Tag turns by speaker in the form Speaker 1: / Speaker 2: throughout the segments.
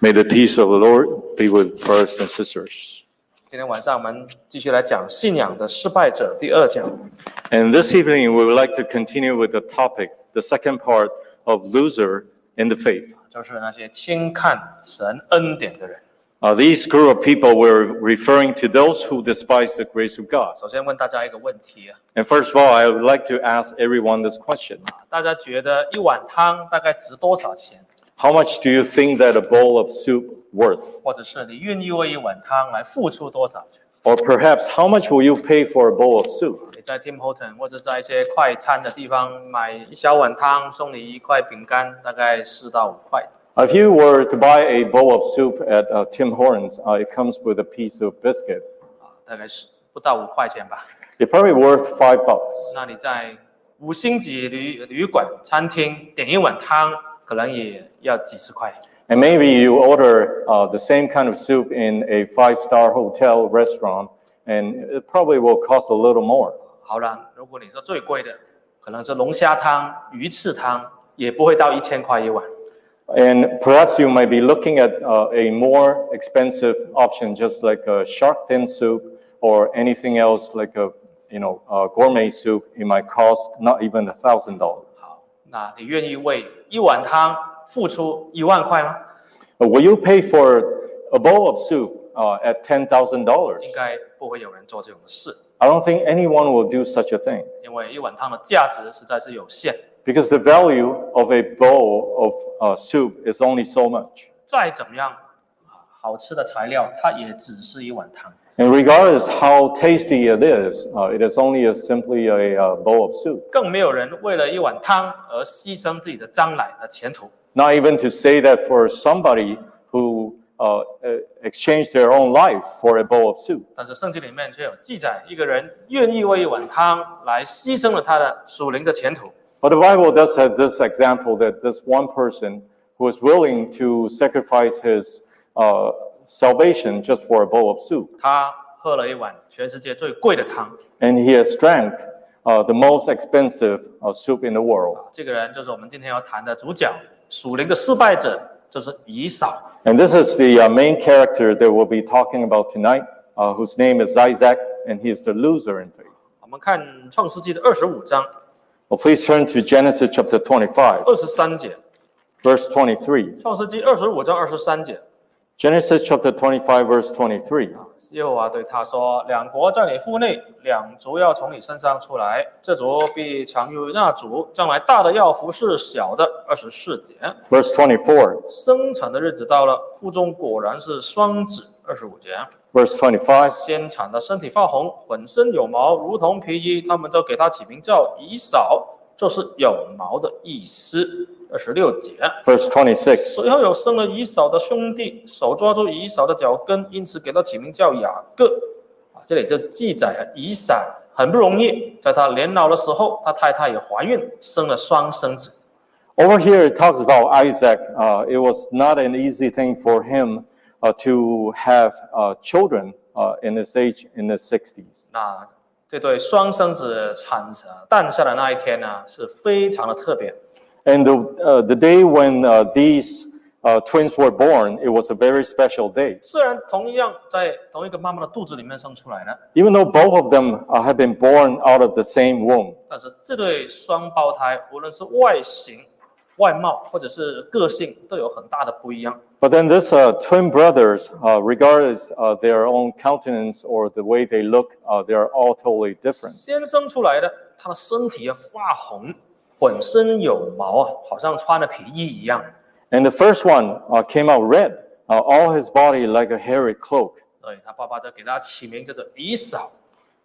Speaker 1: May the peace of the Lord be with brothers and sisters.
Speaker 2: 今天晚上我们继续来讲信仰的失败者第二讲。
Speaker 1: And this evening, we would like to continue with the topic, the second part of loser in the faith.
Speaker 2: 就是那些轻看神恩典的人。
Speaker 1: Uh, these group of people were referring to those who despise the grace of God.
Speaker 2: 首先问大家一个问题啊，
Speaker 1: And first of all, I would like to ask everyone this question
Speaker 2: 大家觉得一碗汤大概值多少钱？
Speaker 1: How much do you think that a bowl of soup worth?
Speaker 2: 或者是你愿意为一碗汤来付出多少钱？
Speaker 1: Or perhaps, how much will you pay for a bowl of soup?
Speaker 2: 你在 Tim Horton 或者在一些快餐的地方买一小碗汤，送你一块饼干，大概四到五块。
Speaker 1: If you were to buy a bowl of soup at uh, Tim Hortons, uh, it comes with a piece of biscuit.
Speaker 2: 啊，大概是不到五块钱吧。
Speaker 1: It's probably worth five bucks.
Speaker 2: 那你在五星级旅旅馆、餐厅点一碗汤，可能也要几十块。
Speaker 1: And maybe you order uh, the same kind of soup in a five star hotel restaurant, and it probably will cost a little more.
Speaker 2: 好了，如果你说最贵的，可能是龙虾汤、鱼翅汤，也不会到一千块一碗。
Speaker 1: And perhaps you might be looking at uh, a more expensive option, just like a shark fin soup or anything else like a you know a gourmet soup. It might cost not even a thousand dollars.
Speaker 2: 好，那你愿意为一碗汤付出一万块吗？
Speaker 1: But will you pay for a bowl of soup uh, at ten thousand dollars?
Speaker 2: 应该不会有人做这种事，
Speaker 1: I don't think anyone will do such a thing
Speaker 2: 因为一碗汤的价值实在是有限。
Speaker 1: because the value of a bowl of uh, soup is only so much.
Speaker 2: 再怎么样啊好吃的材料，它也只是一碗汤。
Speaker 1: And regardless how tasty it is, uh, it is only a, simply a uh, bowl of soup.
Speaker 2: 更没有人为了一碗汤而牺牲自己的将来的前途。
Speaker 1: not even to say that for somebody who uh, uh, exchanged their own life for a bowl of soup.
Speaker 2: 但是圣经里面却有记载，一个人愿意为一碗汤来牺牲了他的属灵的前途。
Speaker 1: But the Bible does have this example that this one person who was willing to sacrifice his uh, salvation just for a bowl of soup,
Speaker 2: 他喝了一碗全世界最贵的汤，
Speaker 1: and he has drank uh, the most expensive uh, soup in the world.
Speaker 2: 这个人就是我们今天要谈的主角，属灵的失败者就是以扫。
Speaker 1: And this is the uh, main character that we'll be talking about tonight, uh, whose name is Isaac, and he is the loser in faith.
Speaker 2: 我们看创世纪的二十五章
Speaker 1: Well, please turn to Genesis chapter 25,
Speaker 2: 二十三节，
Speaker 1: verse 23.
Speaker 2: 创世纪二十五章二十三节，
Speaker 1: Genesis chapter 25, verse 23.
Speaker 2: 耶和华对他说：“两国在你腹内，两族要从你身上出来，这族必强于那族，将来大的要服侍小的。”二十四节，
Speaker 1: Verse 24,
Speaker 2: 生产的日子到了，腹中果然是双子。二十五节，
Speaker 1: verse 25,
Speaker 2: 先产的身体发红，浑身有毛，如同皮衣，他们就给他起名叫以扫，就是有毛的意思。二十六节，
Speaker 1: verse 26,
Speaker 2: 随后有生了以扫的兄弟，手抓住以扫的脚跟，因此给他起名叫雅各。啊，这里就记载了以扫很不容易，在他年老的时候，他太太也怀孕，生了双生子。
Speaker 1: Over here, it talks about Isaac. Uh, it was not an easy thing for him uh, to have uh, children uh, in his age, in his 60s.
Speaker 2: 那这对双生子产诞下的那一天呢，是非常的特别。
Speaker 1: And the, uh, the day when uh, these uh, twins were born, it was a very special day.
Speaker 2: 虽然同样在同一个妈妈的肚子里面生出来了，
Speaker 1: Even though both of them uh, have been born out of the same womb,
Speaker 2: 但是这对双胞胎无论是外形、外貌或者是个性都有很大的不一样。
Speaker 1: But then this uh, twin brothers, uh, regardless uh, their own countenance or the way they look, uh, they are all totally different.
Speaker 2: 先生出来的，他的身体啊发红，浑身有毛啊，好像穿了皮衣一样。
Speaker 1: And the first one uh, came out red, uh, all his body like a hairy cloak.
Speaker 2: 所以他爸爸就给他起名叫做以扫。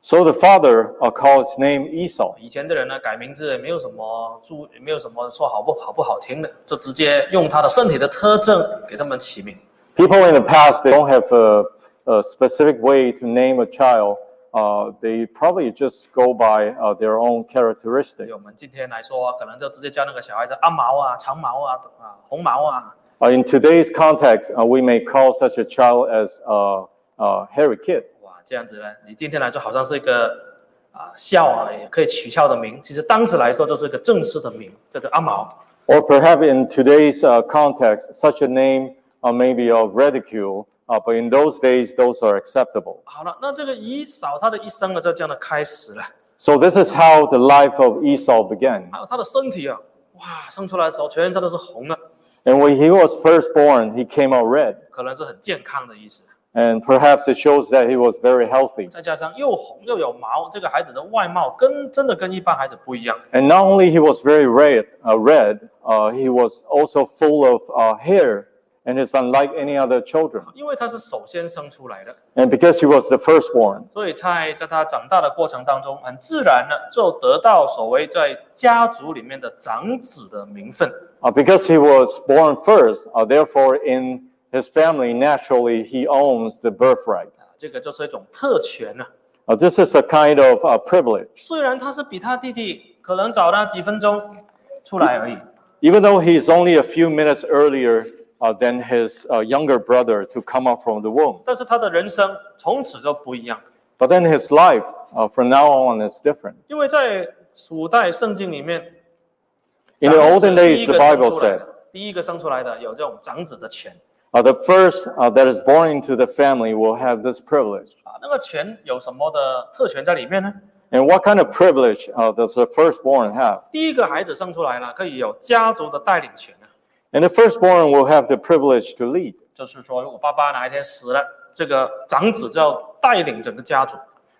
Speaker 1: So the father uh, called his name Esau.
Speaker 2: 以前的人呢，改名字也没有什么注，也没有什么说好不好不好听的，就直接用他的身体的特征给他们起名。
Speaker 1: People in the past they don't have a, a specific way to name a child. Uh, they probably just go by uh, their own
Speaker 2: 对
Speaker 1: characteristics.
Speaker 2: 我们今天来说，可能就直接叫那个小孩子阿毛啊、长毛啊、啊红毛啊。
Speaker 1: Uh, in today's context, uh, we may call such a child as a uh, hairy kid.
Speaker 2: 哇，这样子呢，你今天来说好像是一个啊笑啊，也可以取笑的名，其实当时来说就是一个正式的名，叫做阿毛。
Speaker 1: Or perhaps in today's uh, context, such a name uh, may be of ridicule, uh, but in those days, those are acceptable.
Speaker 2: 好了，那这个以扫他的一生呢，就这样的开始了。
Speaker 1: So this is how the life of Esau began.
Speaker 2: 还有他的身体啊，哇，生出来的时候全身都是红的，
Speaker 1: And when he was first born, he came out red.
Speaker 2: 可能是很健康的意思。
Speaker 1: And perhaps it shows that he was very healthy.
Speaker 2: 再加上又红又有毛，这个孩子的外貌跟真的跟一般孩子不一样。
Speaker 1: And not only he was very red, uh, red uh, he was also full of uh, hair and is unlike any other children.
Speaker 2: 因为他是首先生出来的，
Speaker 1: And because he was the firstborn,
Speaker 2: 所以在在他长大的过程当中，很自然的就得到所谓在家族里面的长子的名分。
Speaker 1: uh, because he was born first, uh, therefore in his family, naturally he owns the birthright.
Speaker 2: 啊这个就是一种特权呢、
Speaker 1: Uh, this is a kind of uh, privilege.
Speaker 2: 虽然他是比他弟弟可能早他几分钟出来而已，
Speaker 1: Even though he is only a few minutes earlier uh, than his uh, younger brother to come out from the womb,
Speaker 2: 但是他的人生从此就不一样，
Speaker 1: but then his life uh, from now on is different.
Speaker 2: 因为在古代圣经里面，
Speaker 1: In the
Speaker 2: 长子
Speaker 1: olden
Speaker 2: 第
Speaker 1: days,
Speaker 2: 一
Speaker 1: the
Speaker 2: 个生
Speaker 1: Bible
Speaker 2: 出来
Speaker 1: said,
Speaker 2: 的第一个生出来的有这种长子的权
Speaker 1: Uh, the first uh, that is born into the family will have this privilege.
Speaker 2: 啊，那个权有什么的特权在里面呢？
Speaker 1: And what kind of privilege uh, does the firstborn have?
Speaker 2: 第一个孩子生出来了，可以有家族的带领权啊，
Speaker 1: And the firstborn will have the privilege to lead.
Speaker 2: 就是说，如果爸爸哪一天死了，这个长子就要带领整个家族。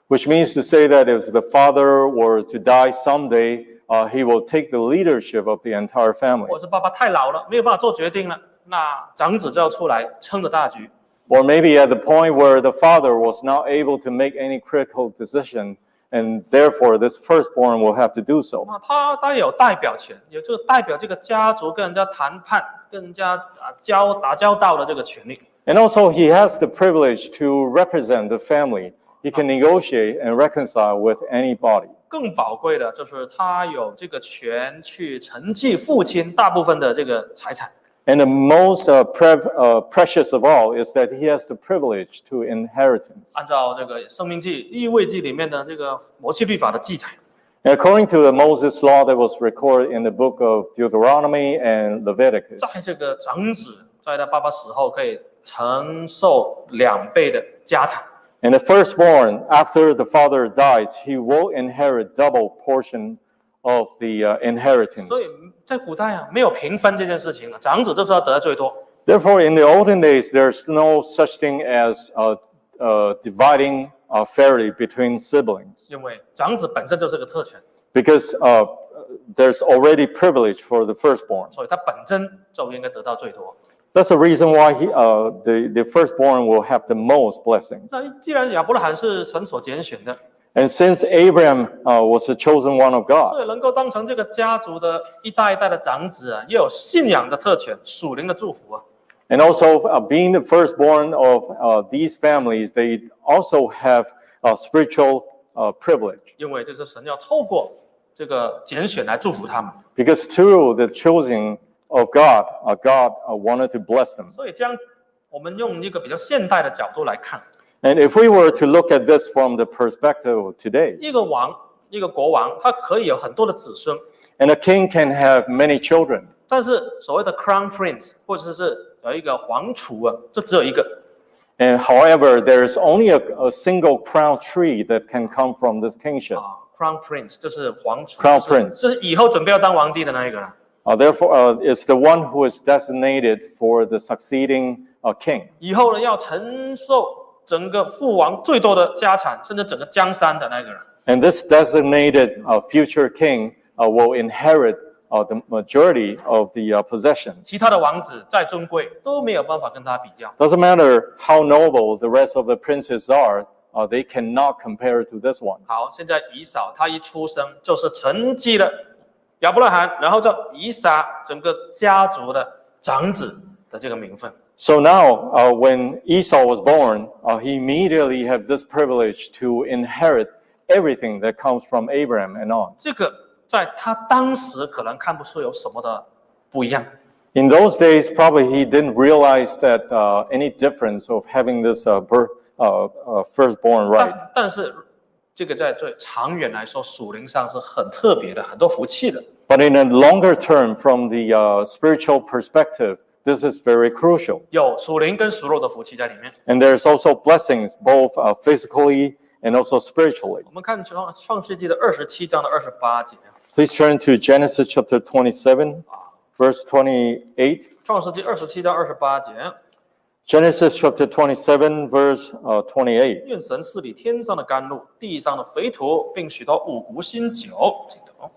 Speaker 1: which means to say that if the father were to die someday, uh, he will take the leadership of the entire family.
Speaker 2: 或者是爸爸太老了，没有办法做决定了，那长子就要出来撑着大局。
Speaker 1: Or maybe at the point where the father was not able to make any critical decision, and therefore this firstborn will have to do so.
Speaker 2: 那他他也有代表权，有这个代表这个家族跟人家谈判、跟人家打交打交道的这个权利。
Speaker 1: And also, he has the privilege to represent the family. He can negotiate and reconcile with anybody.
Speaker 2: 更宝贵的就是他有这个权去承继父亲大部分的这个财产。
Speaker 1: And the most uh, prev- uh, precious of all is that he has the privilege to inheritance.
Speaker 2: 按照这个《生命记》《立位记》里面的这个摩西律法的记载，
Speaker 1: And According to the Moses law that was recorded in the book of Deuteronomy and Leviticus,
Speaker 2: 在这个长子在他爸爸死后可以承受两倍的家产。
Speaker 1: and the firstborn, after the father dies, he will inherit double portion of the uh, inheritance.
Speaker 2: 所以在古代啊，没有平分这件事情的，啊长子就是要得最多。
Speaker 1: Therefore, in the olden days, there's no such thing as uh, uh, dividing uh, fairly between siblings
Speaker 2: 因为长子本身就是个特权，
Speaker 1: because uh, there's already privilege for the firstborn.
Speaker 2: 所以他本身就应该得到最多。
Speaker 1: That's the reason why he, uh, the, the firstborn will have the most blessings.
Speaker 2: 那既然亚伯拉罕是神所拣选的，
Speaker 1: And since Abraham uh, was the chosen one of God,
Speaker 2: 所以能够当成这个家族的一代一代的长子啊，又有信仰的特权、属灵的祝福啊，
Speaker 1: and also uh, being the firstborn of uh, these families, they also have uh, spiritual uh, privilege
Speaker 2: 因为这是神要透过这个拣选来祝福他们，
Speaker 1: because through the choosing of God, uh, God uh, wanted to bless them.
Speaker 2: 所以将我们用一个比较现代的角度来看，
Speaker 1: And if we were to look at this from the perspective of today,
Speaker 2: 一个王、一个国王，他可以有很多的子孙，
Speaker 1: and a king can have many children,
Speaker 2: 但是所谓的 crown prince 或者是有一个皇储啊，就只有一个。
Speaker 1: and however, there is only a, a single crown tree that can come from this kingship.
Speaker 2: 啊，crown prince 就是皇储
Speaker 1: Crown
Speaker 2: 就是
Speaker 1: prince
Speaker 2: 就是以后准备要当皇帝的那一个啦。
Speaker 1: Uh, therefore, uh, it's the one who is designated for the succeeding uh, king.
Speaker 2: 以后呢，要承受整个父王最多的家产，甚至整个江山的那个人。
Speaker 1: And this designated uh, future king uh, will inherit uh, the majority of the uh, possessions.
Speaker 2: 其他的王子再尊贵，都没有办法跟他比较。
Speaker 1: Doesn't matter how noble the rest of the princes are, uh, they cannot compare to this one.
Speaker 2: 好，现在以扫他一出生就是承继了亚伯拉罕，然后叫以撒整个家族的长子的这个名分。
Speaker 1: So now, uh, when Esau was born, uh, he immediately had this privilege to inherit everything that comes from Abraham and on.
Speaker 2: 这个在他当时可能看不出有什么的不一样。
Speaker 1: In those days, probably he didn't realize that uh, any difference of having this uh, birth, uh, uh, firstborn right.
Speaker 2: 但但是这个在最长远来说，属灵上是很特别的，很多福气的。
Speaker 1: But in a longer term, from the uh, spiritual perspective, this is very crucial.
Speaker 2: 有属灵跟属肉的福气在里面。
Speaker 1: And there's also blessings, both uh, physically and also spiritually.
Speaker 2: 我们看创创世纪的二十七章的二十八节，啊
Speaker 1: Please turn to Genesis chapter 27, verse 28.
Speaker 2: 创世纪二十七章二十八节，
Speaker 1: Genesis chapter 27, verse uh, 28.
Speaker 2: 愿神赐你天上的甘露，地上的肥土，并许多五谷新酒。记得哦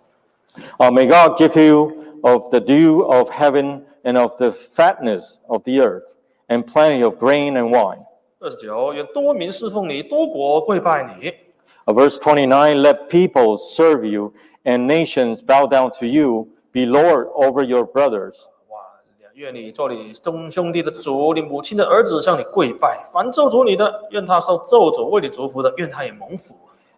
Speaker 1: Uh, may God give you of the dew of heaven and of the fatness of the earth, and plenty of grain and wine.
Speaker 2: 二十九，愿多民侍奉你，多国跪拜你。
Speaker 1: Uh, verse 29 Let people serve you, and nations bow down to you, be Lord over your brothers.
Speaker 2: 哇，愿你做你中兄弟的主，你母亲的儿子向你跪拜。凡咒诅你的，愿他受咒诅；为你祝福的，愿他也蒙福。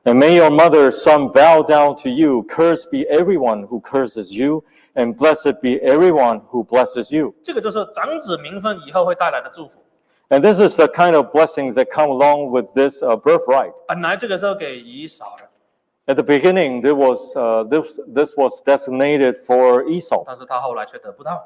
Speaker 1: And may your mother's son bow down to you. Cursed be everyone who curses you, and blessed be everyone who blesses you.
Speaker 2: 这个就是长子名分以后会带来的祝福。
Speaker 1: And this is the kind of blessings that come along with this uh, birthright.
Speaker 2: 本来这个是要给以扫的，
Speaker 1: At the beginning, there was, uh, this, this was designated for Esau,
Speaker 2: 但是他后来却得不到。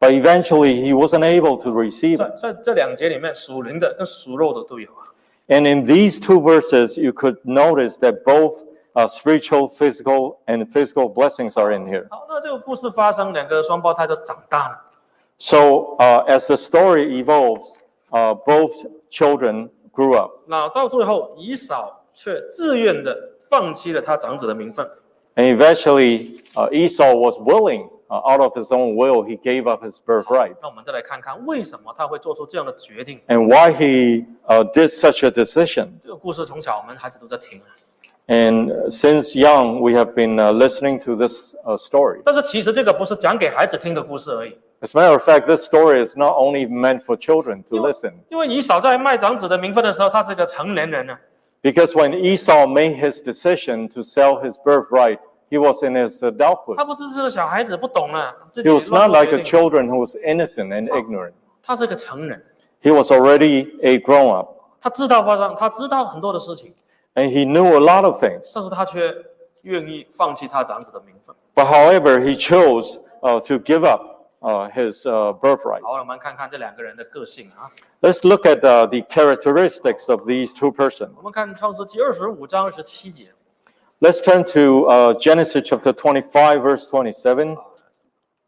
Speaker 1: but eventually he wasn't able to receive
Speaker 2: 在
Speaker 1: it.
Speaker 2: 在这两节里面，属灵的跟属肉的都有啊。
Speaker 1: And in these two verses, you could notice that both uh, spiritual, physical, and physical blessings are in here.
Speaker 2: 好，那这个故事发生，两个双胞胎就长大了。
Speaker 1: So uh, as the story evolves, uh, both children grew up.
Speaker 2: 那到最后，以扫却自愿的放弃了他长子的名分，
Speaker 1: And eventually, uh, Esau was willing, uh, out of his own will, he gave up his birthright.
Speaker 2: 那我们再来看看为什么他会做出这样的决定。
Speaker 1: And why he uh, did such a decision.
Speaker 2: 这个故事从小我们孩子都在听啊，
Speaker 1: And uh, since young, we have been uh, listening to this uh, story.
Speaker 2: 但是其实这个不是讲给孩子听的故事而已，
Speaker 1: As a matter of fact, this story is not only meant for children to listen,
Speaker 2: 因为以扫在卖长子的名分的时候，他是个成年人呢、啊，
Speaker 1: because when Esau made his decision to sell his birthright, he was in his adulthood.
Speaker 2: 他不是这个小孩子不懂啊，自
Speaker 1: He was
Speaker 2: 己乱
Speaker 1: not
Speaker 2: 做
Speaker 1: like a
Speaker 2: 决定
Speaker 1: children who was innocent and ignorant.
Speaker 2: 他是个成人，
Speaker 1: He was already a grown up,
Speaker 2: 他知道发生，他知道很多的事情，
Speaker 1: and he knew a lot of things.
Speaker 2: 但是他却愿意放弃他长子的名分。
Speaker 1: But however, he chose uh, to give up uh, his uh, birthright.
Speaker 2: 好，我们看看这两个人的个性啊。
Speaker 1: Let's look at uh, the characteristics of these two persons.
Speaker 2: 我们看创世纪二十五章二十七节，
Speaker 1: Let's turn to uh, Genesis chapter 25, verse 27.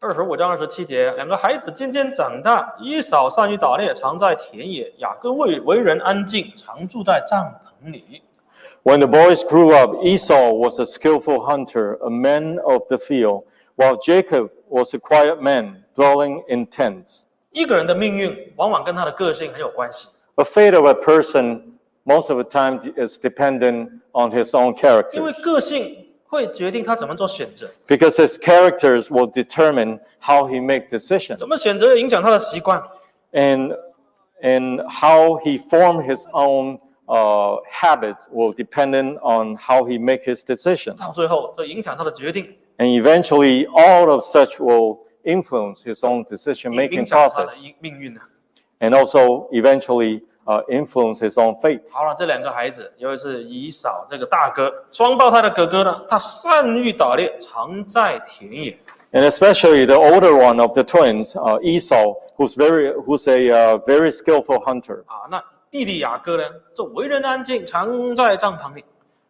Speaker 2: 二十五章二十七节，两个孩子渐渐长大，以扫善于打猎，常在田野；雅各为为人安静，常住在帐篷里。
Speaker 1: When the boys grew up, Esau was a skillful hunter, a man of the field, while Jacob was a quiet man, dwelling in tents.
Speaker 2: 一个人的命运往往跟他的个性很有关系，
Speaker 1: The fate of a person, most of the time, is dependent on his own
Speaker 2: 因为
Speaker 1: character,
Speaker 2: 个性会决定他怎么做选择，
Speaker 1: because his characters will determine how he make decisions.
Speaker 2: 怎么选择影响他的习惯。
Speaker 1: and and how he formed his own uh, habits will depend on how he make his decision,
Speaker 2: 到最后就影响他的决定，
Speaker 1: and eventually all of such will influence his own decision
Speaker 2: 影
Speaker 1: making
Speaker 2: 响他的
Speaker 1: process,
Speaker 2: 命命运呢、啊
Speaker 1: and also eventually uh, influence his own fate.
Speaker 2: 好了，这两个孩子，尤其是以扫这个大哥，双胞胎的哥哥呢，他善于打猎，常在田野。
Speaker 1: And especially the older one of the twins, uh, Esau, who's very who's a uh, very skillful hunter,
Speaker 2: 啊，那弟弟雅各呢，就为人安静，常在帐篷里。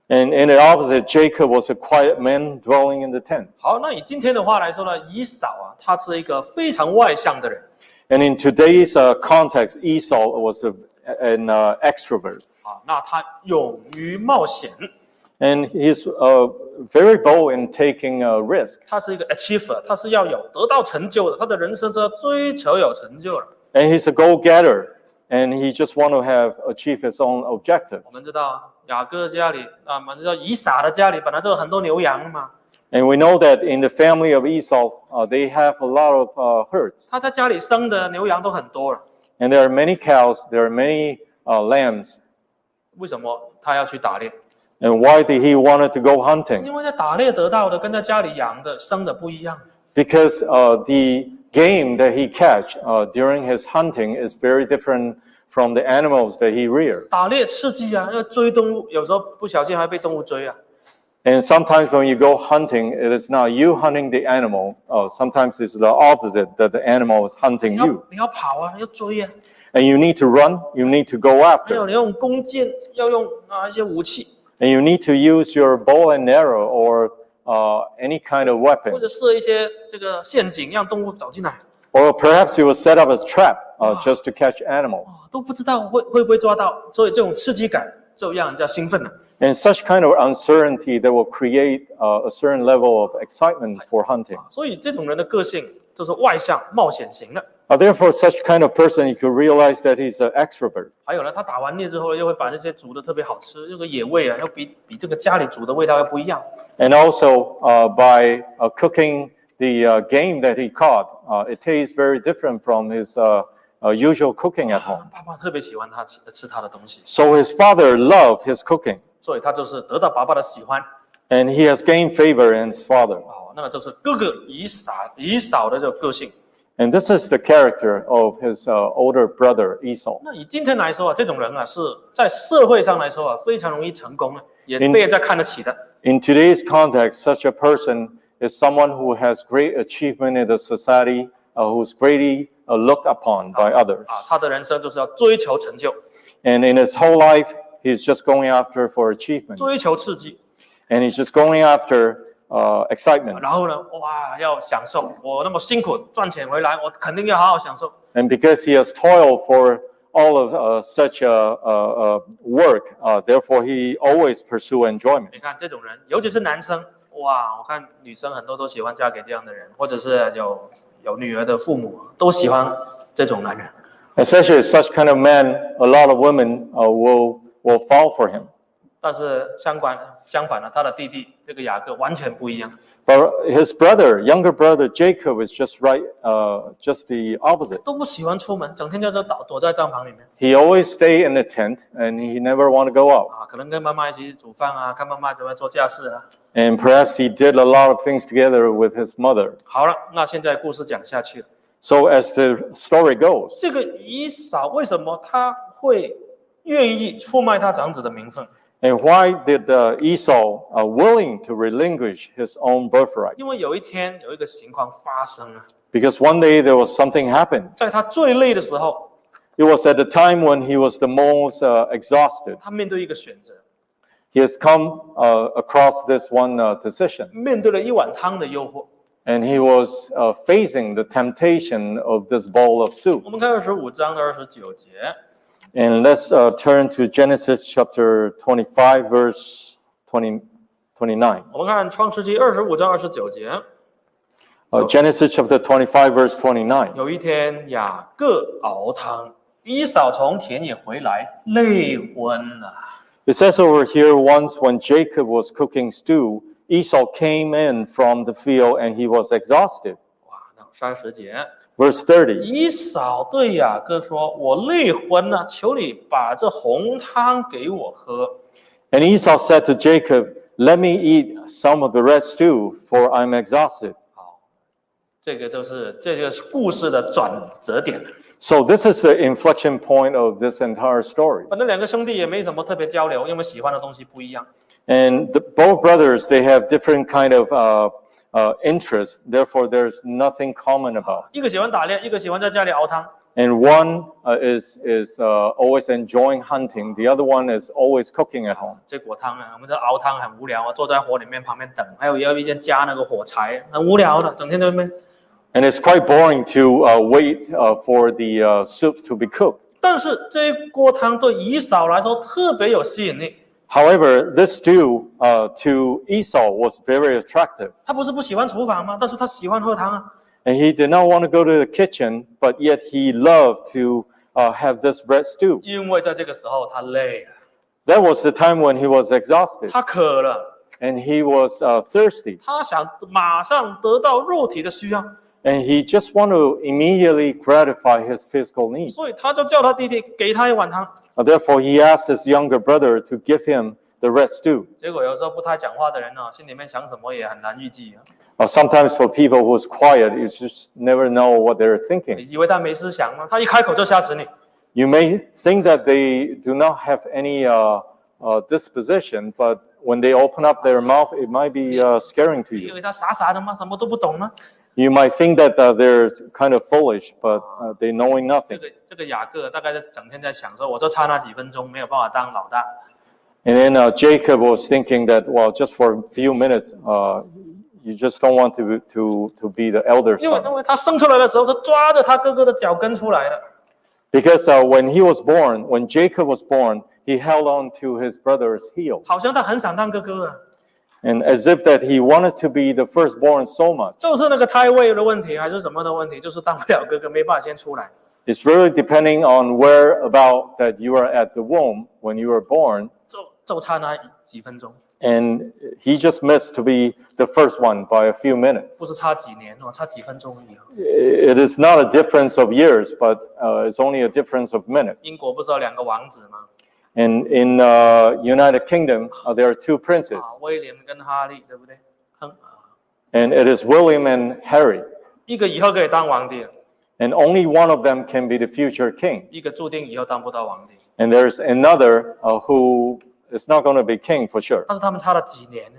Speaker 1: and in the opposite, Jacob was a quiet man dwelling in the tent.
Speaker 2: 好，那以今天的话来说呢，以扫啊，他是一个非常外向的人
Speaker 1: And in today's uh, context, Esau was a, an uh, extrovert,
Speaker 2: 啊，那他勇于冒险，
Speaker 1: and he's uh, very bold in taking a risk.
Speaker 2: 他是一个 achiever，他是要有得到成就的，他的人生是要追求有成就的。
Speaker 1: And he's a goal-getter, and he just want to have achieve his own objective.
Speaker 2: 我们知道雅各家里啊，我们知道以撒的家里本来就有很多牛羊嘛，
Speaker 1: And we know that in the family of Esau, uh, they have a lot of uh, herds,
Speaker 2: 他在家里生的牛羊都很多了，
Speaker 1: and there are many cows, there are many uh, lambs.
Speaker 2: 为什么他要去打猎？
Speaker 1: And why did he wanted to go hunting?
Speaker 2: 因为在打猎得到的跟在家里养的生的不一样。
Speaker 1: because uh, the game that he catch uh, during his hunting is very different from the animals that he rear.
Speaker 2: 打猎刺激啊，要追动物，有时候不小心还被动物追啊。
Speaker 1: And sometimes when you go hunting, it is not you hunting the animal. Uh, sometimes it's the opposite that the animal is
Speaker 2: 你
Speaker 1: hunting
Speaker 2: 要
Speaker 1: you.
Speaker 2: 你要跑啊，要追啊，
Speaker 1: And you need to run, you need to go
Speaker 2: 还有
Speaker 1: after,
Speaker 2: 你要用弓箭，要用啊一些武器，
Speaker 1: and you need to use your bow and arrow or uh, any kind of
Speaker 2: 或
Speaker 1: weapon.
Speaker 2: 者设一些这个陷阱，让动物走进来
Speaker 1: Or perhaps you will set up a trap uh, just to catch animals.
Speaker 2: 啊，都不知道会会不会抓到，所以这种刺激感就让人家兴奋了。
Speaker 1: And such kind of uncertainty that will create uh, a certain level of excitement for hunting.
Speaker 2: 所以这种人的个性就是外向、冒险型的。
Speaker 1: Uh, therefore, such kind of person, you could realize that he's an extrovert.
Speaker 2: 还有呢，他打完猎之后，又会把那些煮的特别好吃，那个野味啊，要比比这个家里煮的味道要不一样。
Speaker 1: And also, uh, by uh, cooking the uh, game that he caught, uh, it tastes very different from his uh, uh, usual cooking at home.
Speaker 2: 哦爸爸特别喜欢他吃吃他的东西，
Speaker 1: So his father loved his cooking,
Speaker 2: 所以他就是得到爸爸的喜欢。
Speaker 1: and he has gained favor in his father.
Speaker 2: 哦，那个就是哥哥以撒以扫的这个个性。
Speaker 1: And this is the character of his uh, older brother Esau.
Speaker 2: 那以今天来说啊，这种人啊是在社会上来说啊，非常容易成功啊，也
Speaker 1: In-
Speaker 2: 被人家看得起的。
Speaker 1: In today's context, such a person is someone who has great achievement in the society, uh, who's greatly uh, looked upon by others.
Speaker 2: 啊，他的人生就是要追求成就，
Speaker 1: And in his whole life, he's just going after for achievement.
Speaker 2: 追求刺激，
Speaker 1: and he's just going after uh, excitement.
Speaker 2: 然后呢，哇，要享受。我那么辛苦赚钱回来，我肯定要好好享受。
Speaker 1: And because he has toiled for all of uh, such uh, uh, uh, work, uh, therefore he always pursue enjoyment.
Speaker 2: 你看这种人，尤其是男生，哇，我看女生很多都喜欢嫁给这样的人，或者是有有女儿的父母都喜欢这种男人。
Speaker 1: Especially such kind of man, a lot of women uh, will will fall for him.
Speaker 2: 但是相反相反呢，他的弟弟这个雅各完全不一样，
Speaker 1: But his brother, younger brother Jacob, is just right, uh, just the opposite.
Speaker 2: 都不喜欢出门，整天就在躲躲在帐篷里面
Speaker 1: He always stay in the tent and he never want to go out.
Speaker 2: 啊，可能跟妈妈一起煮饭啊，看妈妈怎么做家事啊。
Speaker 1: And perhaps he did a lot of things together with his mother.
Speaker 2: 好了，那现在故事讲下去了，
Speaker 1: So as the story goes,
Speaker 2: 这个以扫为什么他会愿意出卖他长子的名分？
Speaker 1: And why did uh, Esau uh, willing to relinquish his own birthright?
Speaker 2: 因为有一天有一个情况发生了，
Speaker 1: Because one day there was something happened.
Speaker 2: 在他最累的时候，
Speaker 1: It was at the time when he was the most uh, exhausted.
Speaker 2: 他面对一个选择，
Speaker 1: He has come uh, across this one uh, decision,
Speaker 2: 面对了一碗汤的诱惑。
Speaker 1: and he was uh, facing the temptation of this bowl of
Speaker 2: 我
Speaker 1: soup.
Speaker 2: 们看二十五章的二十九节，
Speaker 1: And let's uh, turn to Genesis chapter 25, verse 20, 29.
Speaker 2: 我们看创世纪二十五章二十九节，
Speaker 1: Uh, Genesis chapter 25, verse 29.
Speaker 2: 有一天雅各熬汤，以扫从田野回来，累昏了。
Speaker 1: It says over here once when Jacob was cooking stew, Esau came in from the field and he was exhausted.
Speaker 2: 哇，那三十节，
Speaker 1: Verse 30.
Speaker 2: 以扫对雅各说：“我累昏了，求你把这红汤给我喝。
Speaker 1: And Esau said to Jacob, Let me eat some of the red stew, for I'm exhausted. ”
Speaker 2: 好，这个就是这个故事的转折点。
Speaker 1: So this is the inflection point of this entire story.
Speaker 2: 反正两个兄弟也没什么特别交流，因为喜欢的东西不一样。
Speaker 1: And the, both brothers, they have different kind of uh, uh, interests. Therefore, there's nothing common about.
Speaker 2: 一个喜欢打猎，一个喜欢在家里熬汤。
Speaker 1: And one uh, is is uh, always enjoying hunting. The other one is always cooking at home.
Speaker 2: 这锅汤啊，我们这熬汤很无聊啊，坐在火里面旁边等，还有要一边加那个火柴，很无聊的，整天在那边。
Speaker 1: And it's quite boring to uh, wait uh, for the uh, soup to be cooked.
Speaker 2: 但是这一锅汤对姨嫂来说特别有吸引力，
Speaker 1: However, this stew uh, to Esau was very attractive.
Speaker 2: 她不是不喜欢厨房吗？但是她喜欢喝汤啊。
Speaker 1: And he did not want to go to the kitchen, but yet he loved to uh, have this bread stew.
Speaker 2: 因为在这个时候她累了，
Speaker 1: That was the time when he was exhausted
Speaker 2: 她渴了，
Speaker 1: and he was uh, thirsty.
Speaker 2: 她想马上得到肉体的需要，
Speaker 1: And he just wanted to immediately gratify his physical needs.
Speaker 2: 所以她就叫她弟弟给她一碗汤。
Speaker 1: Uh, Therefore, he asked his younger brother to give him the red stew.
Speaker 2: 结果有时候不太讲话的人呢、心里面想什么也很难预计、啊。
Speaker 1: Uh, sometimes for people who's quiet, you just never know what they're thinking.
Speaker 2: 你以为他没思想吗？他一开口就吓死你。
Speaker 1: You may think that they do not have any uh, uh, disposition, but when they open up their mouth, it might be uh, scaring to
Speaker 2: 你以
Speaker 1: you.
Speaker 2: 为他傻傻的吗？什么都不懂吗？
Speaker 1: You might think that uh, they're kind of foolish, but uh, they knowing
Speaker 2: 这
Speaker 1: nothing.
Speaker 2: 个这个雅各大概在整天在想说，我就差那几分钟没有办法当老大，
Speaker 1: And then uh, Jacob was thinking that, well, just for a few minutes, uh, you just don't want to to to be the elder
Speaker 2: 因为因
Speaker 1: son
Speaker 2: 为他生出来的时候是抓着他哥哥的脚跟出来的，
Speaker 1: because uh, when he was born, when Jacob was born, he held on to his brother's heel,
Speaker 2: 好像他很想当哥哥啊，
Speaker 1: and as if that he wanted to be the firstborn so much.
Speaker 2: 就是那个胎位的问题还是什么的问题，就是当不了哥哥，没办法先出来。
Speaker 1: It's really depending on where about that you are at the womb when you were born,
Speaker 2: 就就差那几分钟，
Speaker 1: and he just missed to be the first one by a few minutes.
Speaker 2: 不是差几年哦，差几分钟而已
Speaker 1: 嗯
Speaker 2: 哦。
Speaker 1: It is not a difference of years, but uh, it's only a difference of minutes.
Speaker 2: 英国不是有两个王子吗？
Speaker 1: And in uh, United Kingdom, uh, there are two princes,
Speaker 2: 啊，威廉跟哈利，对不对？哼啊，
Speaker 1: and it is William and Harry,
Speaker 2: 一个以后可以当皇帝了，
Speaker 1: and only one of them can be the future king.
Speaker 2: 一个注定以后当不到皇帝。
Speaker 1: And there's another uh, who is not going to be king for sure,
Speaker 2: 但是他们差了几年呢？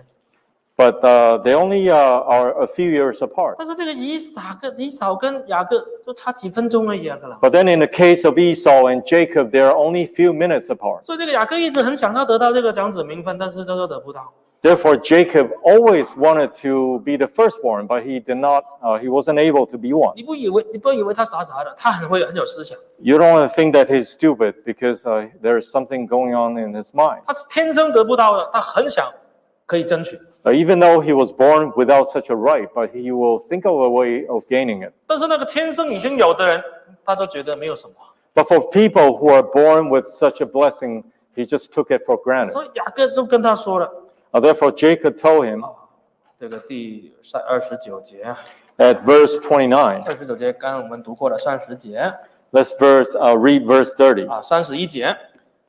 Speaker 1: but uh, they only uh, are a few years apart.
Speaker 2: 但是这个以撒跟以扫跟雅各就差几分钟而已啊，哥啦。
Speaker 1: But then in the case of Esau and Jacob, they are only a few minutes apart.
Speaker 2: 所以这个雅各一直很想要得到这个长子名分，但是他都得不到。
Speaker 1: Therefore, Jacob always wanted to be the firstborn, but he did not. Uh, he wasn't able to be one.
Speaker 2: 你不以为你不要以为他傻傻的，他很会很有思想，
Speaker 1: You don't want to think that he's stupid because uh, there is something going on in his mind.
Speaker 2: 他是天生得不到的，他很想可以争取，
Speaker 1: Uh, even though he was born without such a right, but he will think of a way of gaining it.
Speaker 2: 但是那个天生已经有的人，他就觉得没有什么。
Speaker 1: But for people who are born with such a blessing, he just took it for granted.
Speaker 2: 所以雅各就跟他说了，
Speaker 1: Uh, therefore, Jacob told him
Speaker 2: 这个第三二十九节啊，
Speaker 1: at verse 29,
Speaker 2: 二十九节刚刚我们读过了三十节
Speaker 1: let's verse, uh, read verse 30,
Speaker 2: 啊，三十一节，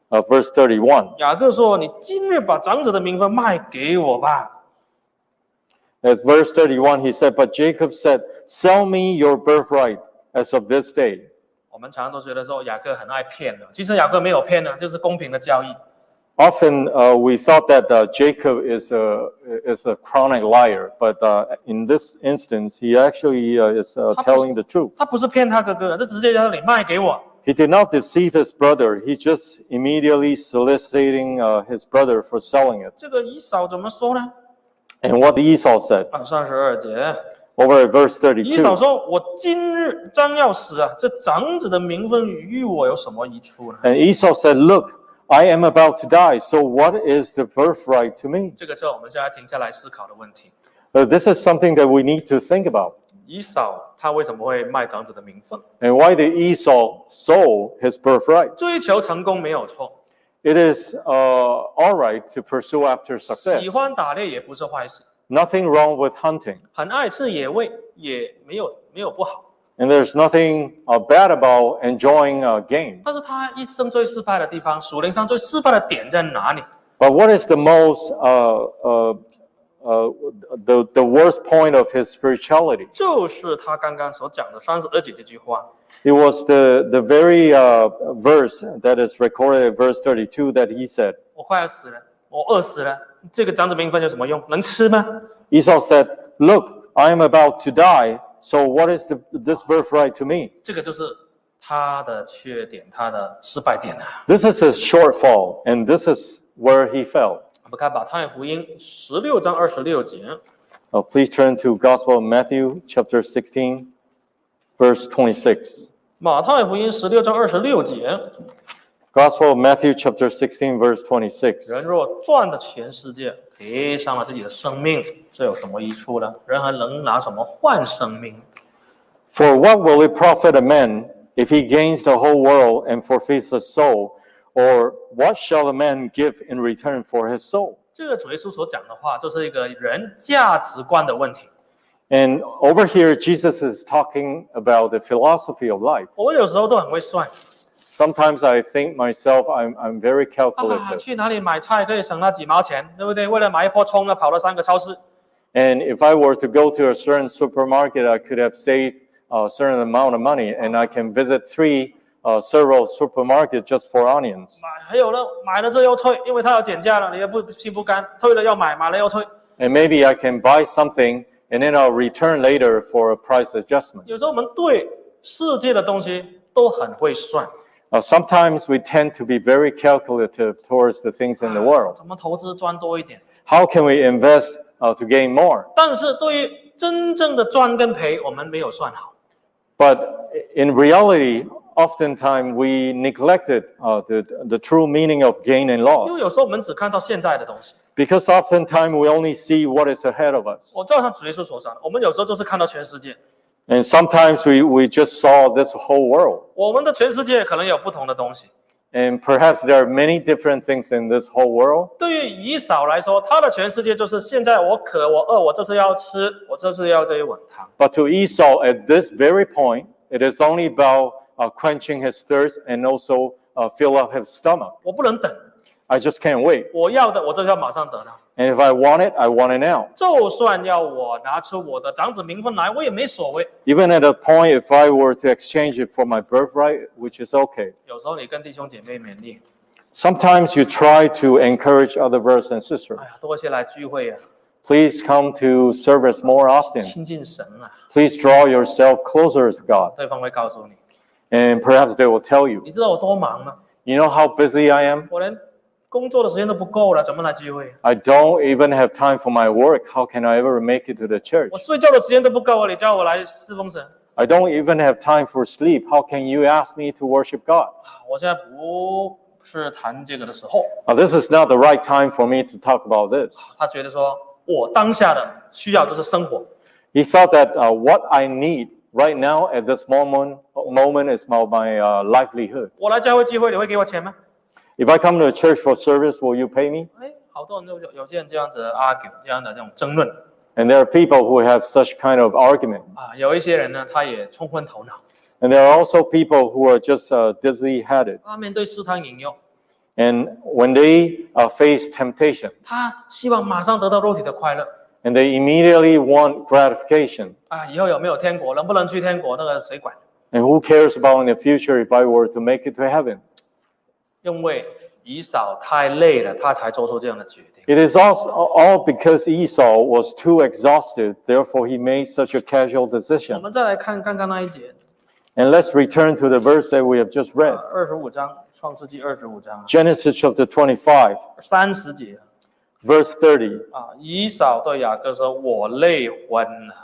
Speaker 1: uh, verse 31.
Speaker 2: 雅各说：“你今日把长子的名分卖给我吧。
Speaker 1: At verse 31, he said, But Jacob said, Sell me your birthright as of this day. ”
Speaker 2: 我们常常都觉得说雅各很爱骗的，其实雅各没有骗的，就是公平的交易。
Speaker 1: Often uh, we thought that uh, Jacob is a, is a chronic liar, but uh, in this instance, he actually uh, is uh, telling the truth.
Speaker 2: 他不是骗他哥哥，是直接叫你卖给我。
Speaker 1: He did not deceive his brother. He's just immediately soliciting uh, his brother for selling it.
Speaker 2: 这个以嫂怎么说呢？
Speaker 1: And what Esau said
Speaker 2: 啊，三十二节，
Speaker 1: over at verse
Speaker 2: 以嫂
Speaker 1: 32.
Speaker 2: 说：“我今日将要死啊，这长子的名分与我有什么益处呢
Speaker 1: And Esau said, Look, I am about to die, so what is the birthright to me? ？”
Speaker 2: 这个是我们现在停下来思考的问题。
Speaker 1: Uh, this is something that we need to think about.
Speaker 2: 以嫂他为什么会卖长子的名分？
Speaker 1: And why did Esau sold his birthright?
Speaker 2: 追求成功没有错，
Speaker 1: It is uh, all right to pursue after
Speaker 2: 喜
Speaker 1: success.
Speaker 2: 欢打猎也不是坏事，
Speaker 1: Nothing wrong with hunting.
Speaker 2: 很爱吃野味也没有没有不好。
Speaker 1: And there's nothing uh, bad about enjoying uh, a game.
Speaker 2: 但是他一生最失败的地方，属灵上最失败的点在哪里？
Speaker 1: But what is the most uh, uh, uh, the the worst point of his spirituality?
Speaker 2: 就是他刚刚所讲的三十二节这句话。
Speaker 1: It was the the very uh, verse that is recorded at verse thirty two that he said.
Speaker 2: 我快要死了，我饿死了，这个长子名分有什么用？能吃吗？
Speaker 1: Esau said, "Look, I am about to die. So what is the, this birthright to me?
Speaker 2: 这个就是他的缺点，他的失败点啊。
Speaker 1: This is his shortfall, and this is where he fell."
Speaker 2: 我们看马太福音十六章二十六节，
Speaker 1: Uh, please turn to Gospel of Matthew chapter sixteen, verse twenty six.
Speaker 2: 马太福音十六章二十六节，
Speaker 1: Gospel of Matthew chapter sixteen, verse twenty six.
Speaker 2: 人若赚了全世界，赔上了自己的生命，这有什么益处呢？人还能拿什么换生命？
Speaker 1: For what will it profit a man if he gains the whole world and forfeits his soul? Or what shall a man give in return for his soul?
Speaker 2: 这个主耶稣所讲的话，就是一个人价值观的问题。
Speaker 1: And over here, Jesus is talking about the philosophy of life.
Speaker 2: 我有时候都很会算
Speaker 1: Sometimes I think myself, I'm, I'm very
Speaker 2: 啊，
Speaker 1: calculative.
Speaker 2: 去哪里买菜可以省那几毛钱，对不对？为了买一波葱呢，啊跑了三个超市。
Speaker 1: And if I were to go to a certain supermarket, I could have saved a certain amount of money and I can visit three uh, several supermarkets just for onions.
Speaker 2: 买还有呢，买了这又退，因为它要减价了，你也不心不甘，退了要买，买了又退。
Speaker 1: And maybe I can buy something and then I'll return later for a price adjustment.
Speaker 2: 有时候我们对世界的东西都很会算，
Speaker 1: Uh, sometimes we tend to be very calculative towards the things in the world.
Speaker 2: 怎么投资赚多一点？
Speaker 1: How can we invest uh, to gain more?
Speaker 2: 但是对于真正的赚跟赔，我们没有算好。
Speaker 1: But in reality, oftentimes we neglected uh, the, the true meaning of gain and
Speaker 2: 因为
Speaker 1: loss
Speaker 2: 有时候我们只看到现在的东西。
Speaker 1: because oftentimes we only see what is ahead of us.
Speaker 2: 我照像主耶稣所讲的，我们有时候就是看到全世界，
Speaker 1: And sometimes we, we just saw this whole world.
Speaker 2: 我们的全世界可能有不同的东西。
Speaker 1: And perhaps there are many different things in this whole world.
Speaker 2: 对于以扫来说，他的全世界就是现在我渴，我饿，我就是要吃，我就是要这一碗汤。
Speaker 1: But to Esau, at this very point, it is only about uh, quenching his thirst and also uh, fill up his stomach.
Speaker 2: 我不能等，
Speaker 1: I just can't wait.
Speaker 2: 我要的我就要马上得到。
Speaker 1: And if I want it, I want it now.
Speaker 2: 就算要我拿出我的长子名分来，我也没所谓。
Speaker 1: Even at a point, if I were to exchange it for my birthright, which is okay.
Speaker 2: 有时候你跟弟兄姐妹勉励，
Speaker 1: Sometimes you try to encourage other brothers and sisters.
Speaker 2: 哎呀，多些来聚会啊，
Speaker 1: Please come to service more often.
Speaker 2: 亲近神啊，
Speaker 1: Please draw yourself closer to God.
Speaker 2: 对方会告诉你，
Speaker 1: And perhaps they will tell you,
Speaker 2: 你知道我多忙吗？
Speaker 1: you know how busy I am?
Speaker 2: 我连工作的时间都不够了，怎么来聚会啊？
Speaker 1: I don't even have time for my work. How can I ever make it to the church?
Speaker 2: 我睡觉的时间都不够啊，你叫我来侍奉神
Speaker 1: I don't even have time for sleep. How can you ask me to worship God?
Speaker 2: 啊！我现在不是谈这个的时候。
Speaker 1: Now, this is not the right time for me to talk about this.
Speaker 2: 他觉得说我当下的需要就是生活，
Speaker 1: He thought that uh, what I need right now at this moment moment is my, my uh, livelihood.
Speaker 2: 我来教会聚会，你会给我钱吗？
Speaker 1: If I come to a church for service, will you pay me?
Speaker 2: 哎，好多人都有有些人这样子 argue，这样的这种争论
Speaker 1: And there are people who have such kind of argument.
Speaker 2: 啊，有一些人呢，他也冲昏头脑，
Speaker 1: And there are also people who are just uh, dizzy-headed.
Speaker 2: 他啊面对试探引诱，
Speaker 1: And when they uh, face temptation,
Speaker 2: 他希望马上得到肉体的快乐
Speaker 1: and they immediately want gratification.
Speaker 2: 啊，以后有没有天国，能不能去天国，那个谁管？
Speaker 1: And who cares about in the future if I were to make it to heaven?
Speaker 2: 因为以扫太累了，他才做出这样的决定。
Speaker 1: It is also all because Esau was too exhausted, therefore he made such a casual
Speaker 2: 我
Speaker 1: decision.
Speaker 2: 们再来看看刚那一节
Speaker 1: And let's return to the verse that we have just read.
Speaker 2: 二十五章，创世纪二十五章
Speaker 1: Genesis chapter 25,
Speaker 2: 三十节
Speaker 1: verse 30.
Speaker 2: 啊，以扫对雅各说：“我累昏了。”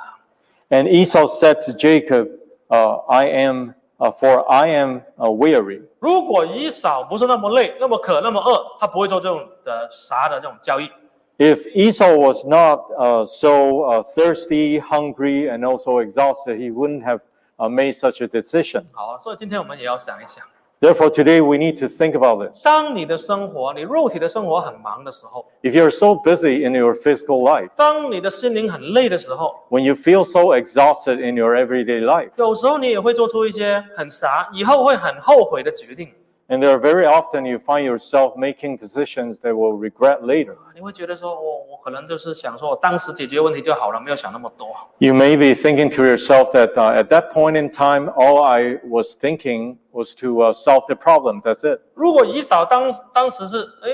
Speaker 1: And Esau said to Jacob, uh, I am, uh, for I am uh, weary.
Speaker 2: 如果以扫不是那么累、那么渴、那么饿，他不会做这种的啥的这种交易。
Speaker 1: If Esau was not uh, so uh, thirsty, hungry, and also exhausted, he wouldn't have uh, made such a decision.
Speaker 2: 好，所以今天我们也要想一想，
Speaker 1: Therefore, today we need to think about this.
Speaker 2: 当你的生活、你肉体的生活很忙的时候，
Speaker 1: If you're so busy in your physical life,
Speaker 2: 当你的心灵很累的时候，
Speaker 1: when you feel so exhausted in your everyday life,
Speaker 2: 有时候你也会做出一些很傻、以后会很后悔的决定。
Speaker 1: and there are very often you find yourself making decisions that will regret later.
Speaker 2: 啊你会觉得说，我我可能就是想说，我当时解决问题就好了，没有想那么多。
Speaker 1: You may be thinking to yourself that uh, at that point in time, all I was thinking was to uh, solve the problem. That's it.
Speaker 2: 如果以扫当当时是，哎，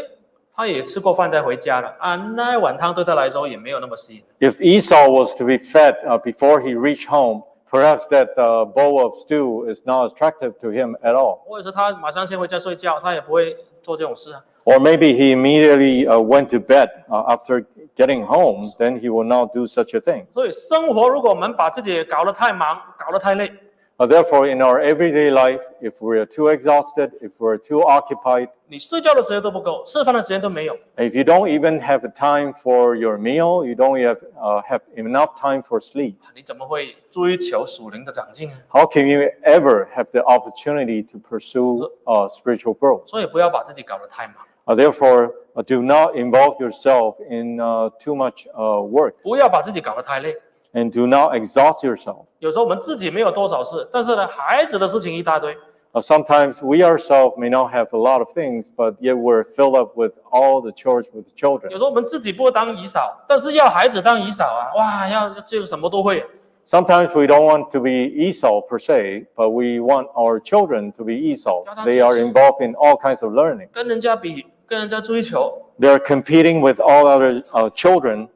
Speaker 2: 他也吃过饭再回家了啊，那一碗汤对他来说也没有那么吸引。
Speaker 1: If Esau was to be fed uh, before he reached home, perhaps that uh, bowl of stew is not attractive to him at all.
Speaker 2: 或者是他马上先回家睡觉，他也不会做这种事啊。
Speaker 1: Or maybe he immediately uh, went to bed uh, after getting home, then he will not do such a thing.
Speaker 2: 所以生活，如果我们把自己搞得太忙，搞得太累，
Speaker 1: Uh, Therefore, in our everyday life, if we are too exhausted, if we're too occupied,
Speaker 2: 你睡觉的时间都不够，吃饭的时间都没有，
Speaker 1: if you don't even have a time for your meal, you don't have, uh, have enough time for sleep,
Speaker 2: 你怎么会追求属灵的长进啊？
Speaker 1: how can you ever have the opportunity to pursue uh, spiritual growth?
Speaker 2: 所以不要把自己搞得太忙，
Speaker 1: Uh, therefore, uh, do not involve yourself in uh, too much uh, work
Speaker 2: 不要把自己搞得太累。
Speaker 1: and do not exhaust yourself.
Speaker 2: 有时候我们自己没有多少事，但是呢，孩子的事情一大堆，
Speaker 1: Uh, sometimes we ourselves may not have a lot of things, but yet we're filled up with all the chores with
Speaker 2: 有
Speaker 1: children.
Speaker 2: 时候我们自己不当姨嫂，但是要孩子当姨嫂啊，哇，要这个什么都会啊、
Speaker 1: Sometimes we don't want to be Esau per se, but we want our children to be Esau. They are involved in all kinds of learning.
Speaker 2: 跟人家比，跟人家追求，
Speaker 1: They're competing with all other uh, children,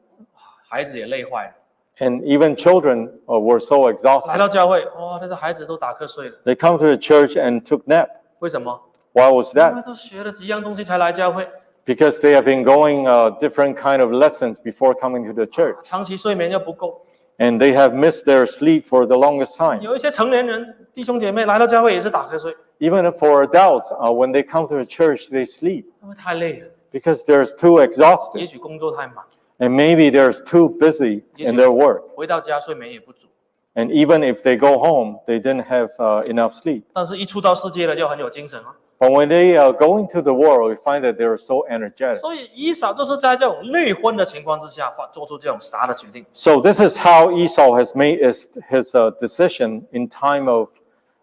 Speaker 2: 孩子也累坏了。
Speaker 1: and even children uh, were so
Speaker 2: 来
Speaker 1: exhausted.
Speaker 2: 到教会，哇，那个孩子都打瞌睡了，
Speaker 1: They come to the church and took nap.
Speaker 2: 为什么？
Speaker 1: Why was
Speaker 2: 他们
Speaker 1: that?
Speaker 2: 都学了几样东西才来教会，
Speaker 1: Because they have been going uh, different kind of lessons before coming to the church,
Speaker 2: 长期睡眠又不够。
Speaker 1: and they have missed their sleep for the longest time.
Speaker 2: 有一些成年人弟兄姐妹来到教会也是打瞌睡，
Speaker 1: Even for adults, uh, when they come to the church, they sleep
Speaker 2: 因为太累了，
Speaker 1: because they're too
Speaker 2: 也
Speaker 1: exhausted,
Speaker 2: 许工作太忙，
Speaker 1: and maybe they're too busy in their work.
Speaker 2: 回到家睡眠也不足。
Speaker 1: And even if they go home, they didn't have uh, enough sleep.
Speaker 2: 但是，一出到世界了就很有精神啊。
Speaker 1: But when they uh, go into the world, we find that they are so energetic.
Speaker 2: 所以，以扫就是在这种内婚的情况之下，发做出这种杀的决定。
Speaker 1: So this is how Esau has made his, his uh, decision in time of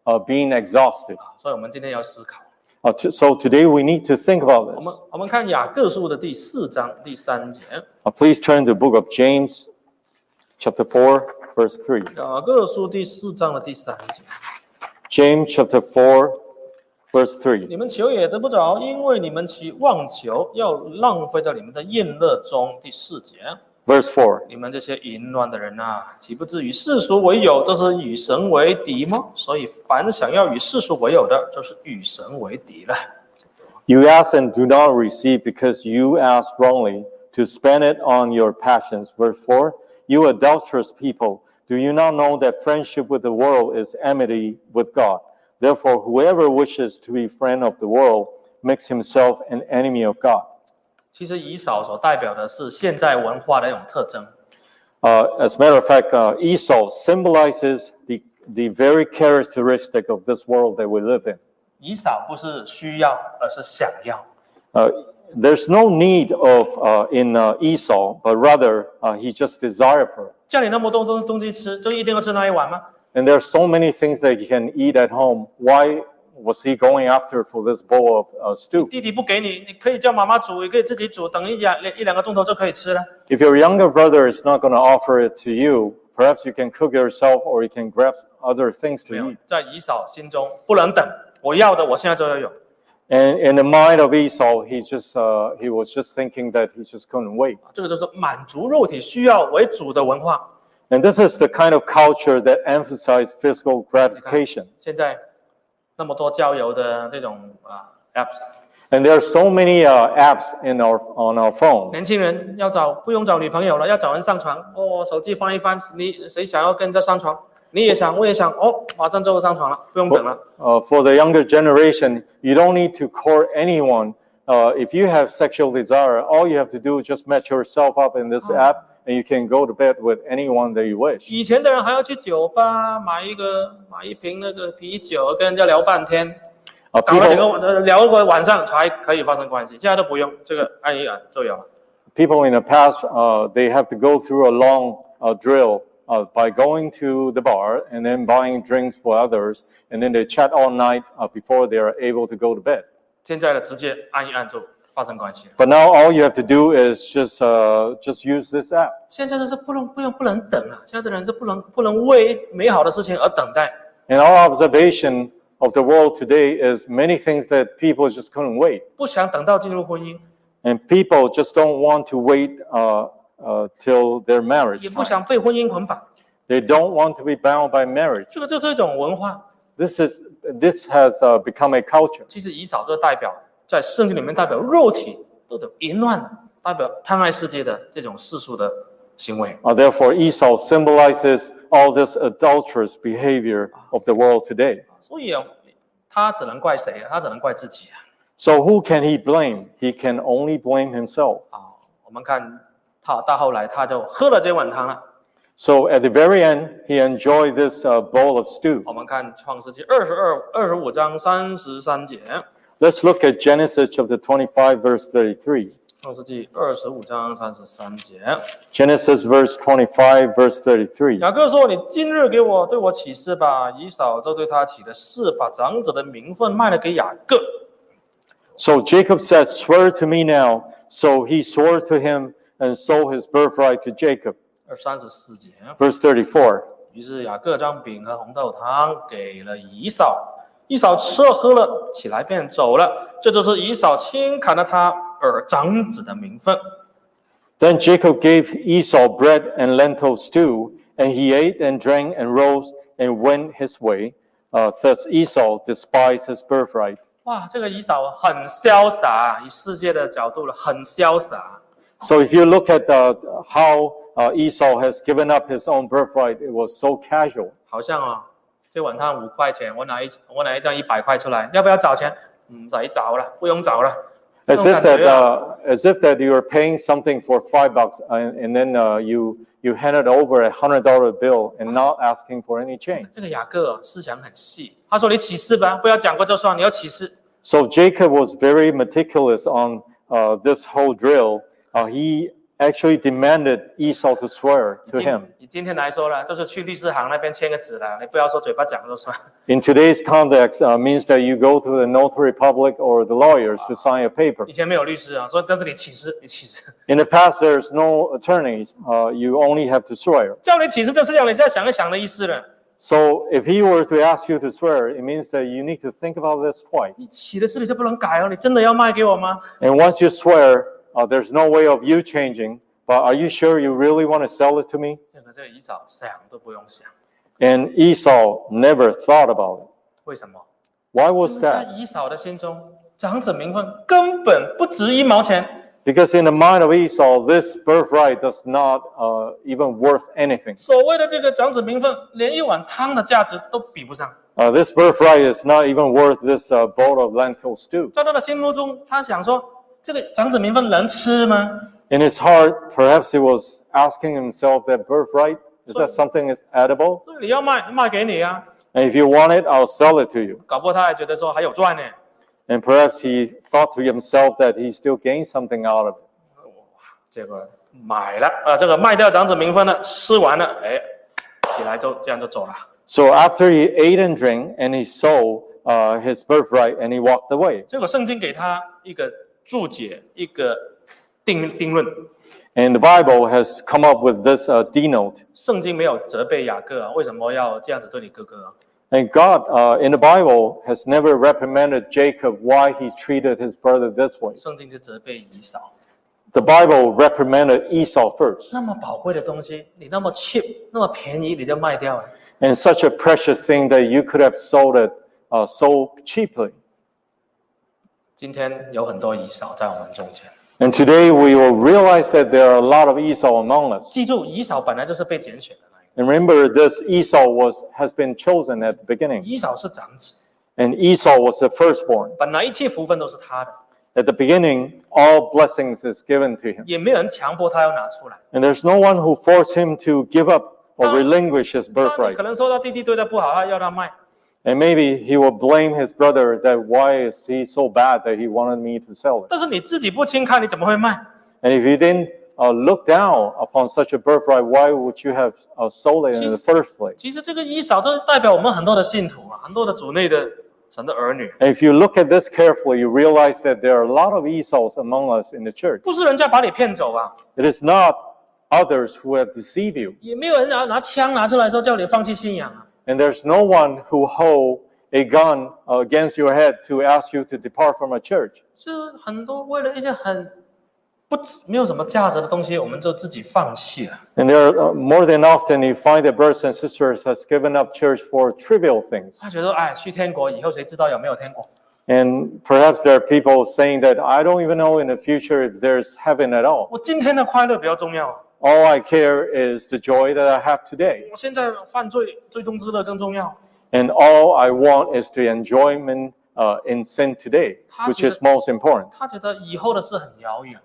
Speaker 1: uh, being exhausted.
Speaker 2: 所以，我们今天要思考。
Speaker 1: Uh, t- so today we need to think about
Speaker 2: 我
Speaker 1: this.
Speaker 2: 们我们看雅各书的第四章第三节，
Speaker 1: Uh, please turn to the book of James, chapter 4, verse 3.
Speaker 2: 雅各书第四章的第三节，
Speaker 1: James chapter 4, verse 3.
Speaker 2: 你们求也得不着，因为你们其妄求，要浪费在你们的宴乐中。第四节，
Speaker 1: Verse 4.
Speaker 2: 你们这些淫乱的人啊，岂不至与世俗为友，这是与神为敌吗？所以，凡想要与世俗为友的，就是与神为敌了。
Speaker 1: You ask and do not receive because you ask wrongly to spend it on your passions. Verse 4. You adulterous people, do you not know that friendship with the world is enmity with God? Therefore, whoever wishes to be friend of the world makes himself an enemy of God.
Speaker 2: 其实以扫所代表的是现在文化的一种特征。
Speaker 1: Uh, as a matter of fact, uh, Esau symbolizes the, the very characteristic of this world that we live in.
Speaker 2: 以扫不是需要，而是想要。
Speaker 1: Uh, there's no need of uh, in uh, Esau, but rather uh, he just desired for it.
Speaker 2: 家里那么多东东西吃，就一定要吃那一碗吗？
Speaker 1: And there are so many things that he can eat at home. Why was he going after for this bowl of uh, stew?
Speaker 2: 弟弟不给你，你可以叫妈妈煮，也可以自己煮，等一两一两个钟头就可以吃了。
Speaker 1: If your younger brother is not going to offer it to you, perhaps you can cook yourself or you can grab other things to
Speaker 2: 没有
Speaker 1: eat.，
Speaker 2: 在以扫心中不能等，我要的我现在就要有。
Speaker 1: And in the mind of Esau, he just uh, he was just thinking that he just couldn't wait.
Speaker 2: 这个就是满足肉体需要为主的文化。
Speaker 1: And this is the kind of culture that emphasizes physical gratification.
Speaker 2: 现在那么多交友的这种啊 app，s
Speaker 1: And there are so many uh, apps in our on our phone.
Speaker 2: 年轻人要找不用找女朋友了，要找人上床哦，手机翻一翻，你谁想要跟着上床？你也想，我也想，哦，马上就上床了，不用等了。
Speaker 1: Uh, for the younger generation, you don't need to court anyone. Uh, if you have sexual desire, all you have to do is just match yourself up in this app, and you can go to bed with anyone that you wish.
Speaker 2: 以前的人还要去酒吧买一个买一瓶那个啤酒，跟人家聊半天，
Speaker 1: Uh,
Speaker 2: 搞了几个
Speaker 1: people,
Speaker 2: 晚呃聊个晚上才可以发生关系，现在都不用，这个按一按就有了。
Speaker 1: people in the past, uh, they have to go through a long uh, drill uh, by going to the bar and then buying drinks for others, and then they chat all night uh, before they are able to go to bed.
Speaker 2: 现在的直接按一按就发生关系了。
Speaker 1: But now all you have to do is just uh, just use this app.
Speaker 2: 现在就是不能不能不能等啊！现在的人是不能不能为美好的事情而等待。
Speaker 1: And our observation of the world today is many things that people just couldn't wait.
Speaker 2: 不想等到进入婚姻，
Speaker 1: And people just don't want to wait uh, uh, till their marriage.
Speaker 2: 也不
Speaker 1: time.
Speaker 2: 想被婚姻捆绑，
Speaker 1: They don't want to be bound by marriage.
Speaker 2: 这个就是一种文化。
Speaker 1: This, is, this has uh, become a culture.
Speaker 2: 其实以扫就代表在圣经里面代表肉体这种淫乱的，代表贪爱世界的这种世俗的行为。
Speaker 1: Uh, therefore, Esau symbolizes all this adulterous behavior of the world today.
Speaker 2: 所以啊，他只能怪谁啊？他只能怪自己啊！
Speaker 1: So, who can he blame? He can only blame himself.
Speaker 2: 啊，我们看他到后来他就喝了这碗汤了。
Speaker 1: So, at the very end, he enjoyed this uh, bowl of stew.
Speaker 2: 我们看创世纪二十二二十五章三十三节，
Speaker 1: Let's look at Genesis chapter 25, verse 33.
Speaker 2: 创世纪二十五章三十三节，
Speaker 1: Genesis verse 25, verse 33.
Speaker 2: 雅各说：“你今日给我对我起誓吧。”以扫就对他起了誓，把长子的名分卖了给雅各。
Speaker 1: So Jacob said, Swear to me now. So he swore to him and sold his birthright to Jacob.
Speaker 2: 二三十四节，
Speaker 1: Verse 34.
Speaker 2: 于是雅各将饼和红豆汤给了以扫，以扫吃了喝了起来便走了。这就是以扫轻砍了他儿长子的名分。
Speaker 1: Then Jacob gave Esau bread and lentil stew, and he ate and drank and rose and went his way. Uh, thus Esau despised his birthright.
Speaker 2: 哇，这个以扫很潇洒啊，以世界的角度了，很潇洒。
Speaker 1: So if you look at uh, how uh, Esau has given up his own birthright, it was so casual.
Speaker 2: 好像啊、这碗汤五块钱，我拿一我拿一张一百块出来，要不要找钱？唔使找了，不用找了。
Speaker 1: As
Speaker 2: No,
Speaker 1: if that,
Speaker 2: Andrea.
Speaker 1: uh, as if that you are paying something for five bucks, and, and then uh, you you handed over a hundred dollar bill and not asking for any change.
Speaker 2: 这个雅各、啊、思想很细，他说你起誓吧，不要讲过就算，你要起誓。
Speaker 1: So Jacob was very meticulous on uh, this whole drill. Uh, he actually demanded Esau to swear to
Speaker 2: 今
Speaker 1: him.
Speaker 2: 以今天来说呢，就是去律师行那边签个字啦，你不要说嘴巴讲就算。
Speaker 1: In today's context, uh, means that you go to the notary public or the lawyers to sign a paper.
Speaker 2: 以前没有律师啊，说但是你起誓，你起誓，
Speaker 1: In the past, there's no attorneys. Uh, you only have to swear.
Speaker 2: 叫你起誓就是要你现在想一想的意思了。
Speaker 1: So if he were to ask you to swear, it means that you need to think about this twice.
Speaker 2: 你起了誓你就不能改哦，你真的要卖给我吗？
Speaker 1: And once you swear, uh, there's no way of you changing. But are you sure you really want to sell it to me?
Speaker 2: 这个这个以嫂想都不用想，
Speaker 1: And Esau never thought about it.
Speaker 2: 为什么？
Speaker 1: Why was
Speaker 2: 在
Speaker 1: that?
Speaker 2: 以嫂的心中，长子名分根本不值一毛钱，
Speaker 1: Because in the mind of Esau, this birthright does not uh, even worth anything.
Speaker 2: 所谓的这个长子名分，连一碗汤的价值都比不上。
Speaker 1: Uh, this birthright is not even worth this uh, bowl of lentil stew.
Speaker 2: 在他的心目中，他想说，这个长子名分能吃吗？
Speaker 1: In his heart, perhaps he was asking himself that birthright is that something is edible?
Speaker 2: 你要卖卖给你啊，
Speaker 1: And if you want it, I'll sell it to you.
Speaker 2: 搞不好他还觉得说还有赚呢，
Speaker 1: And perhaps he thought to himself that he still gained something out of it.
Speaker 2: 结果买了啊、这个卖掉长子名分了，吃完了，哎，起来就这样就走了。
Speaker 1: So after he ate and drank, and he sold uh, his birthright, and he walked away.
Speaker 2: 结果圣经给他一个注解，一个定定论。
Speaker 1: And the Bible has come up with this uh, denote.
Speaker 2: 圣经没有责备雅各啊，为什么要这样子对你哥哥啊？
Speaker 1: And God uh, in the Bible has never reprimanded Jacob why he treated his brother this way.
Speaker 2: 圣经是责备以扫。
Speaker 1: The Bible reprimanded Esau first.
Speaker 2: 那么宝贵的东西，你那么 cheap，那么便宜，你就卖掉了。
Speaker 1: And such a precious thing that you could have sold it uh, so cheaply.
Speaker 2: 今天有很多以扫在我们中间，
Speaker 1: And today we will realize that there are a lot of Esau among us.
Speaker 2: 记住，以扫本来就是被拣选的那一
Speaker 1: And
Speaker 2: 个，
Speaker 1: remember, this Esau was has been chosen at the beginning,
Speaker 2: 以扫是长子，
Speaker 1: and Esau was the firstborn.
Speaker 2: 本来一切福分都是他的，
Speaker 1: At the beginning, all blessings is given to him,
Speaker 2: 也没有人强迫他要拿出来。
Speaker 1: and there's no one who forced him to give up or relinquish his
Speaker 2: 那
Speaker 1: birthright.
Speaker 2: 你可能说他弟弟对他不好，他要他卖，
Speaker 1: And maybe he will blame his brother that why is he so bad that he wanted me to sell it.
Speaker 2: 但是你自己不轻看，你怎么会卖？
Speaker 1: And if you didn't uh, look down upon such a birthright, why would you have uh, sold it in the
Speaker 2: Jeez.
Speaker 1: first place?
Speaker 2: 其实这个以扫，这代表我们很多的信徒啊，很多的主内的神的儿女，
Speaker 1: And if you look at this carefully, you realize that there are a lot of Esau's among us in the church.
Speaker 2: 不是人家把你骗走啊，
Speaker 1: It is not others who have deceived you,
Speaker 2: 也没有人拿拿枪拿出来说叫你放弃信仰啊。
Speaker 1: and there's no one who hold a gun uh, against your head to ask you to depart from a church.
Speaker 2: 就是很多为了一些很不值没有什么价值的东西，我们就自己放弃了。
Speaker 1: And there are, uh, more than often you find that brothers and sisters has given up church for trivial things.
Speaker 2: 他觉得，哎，去天国以后谁知道有没有天国？
Speaker 1: And perhaps there are people saying that I don't even know in the future if there's heaven at all.
Speaker 2: 我今天的快乐比较重要啊，
Speaker 1: All I care is the joy that I have today.
Speaker 2: 我现在犯罪最终之乐更重要。
Speaker 1: And all I want is the enjoyment uh, in sin today, which is most important.
Speaker 2: 他觉得以后的事很遥远，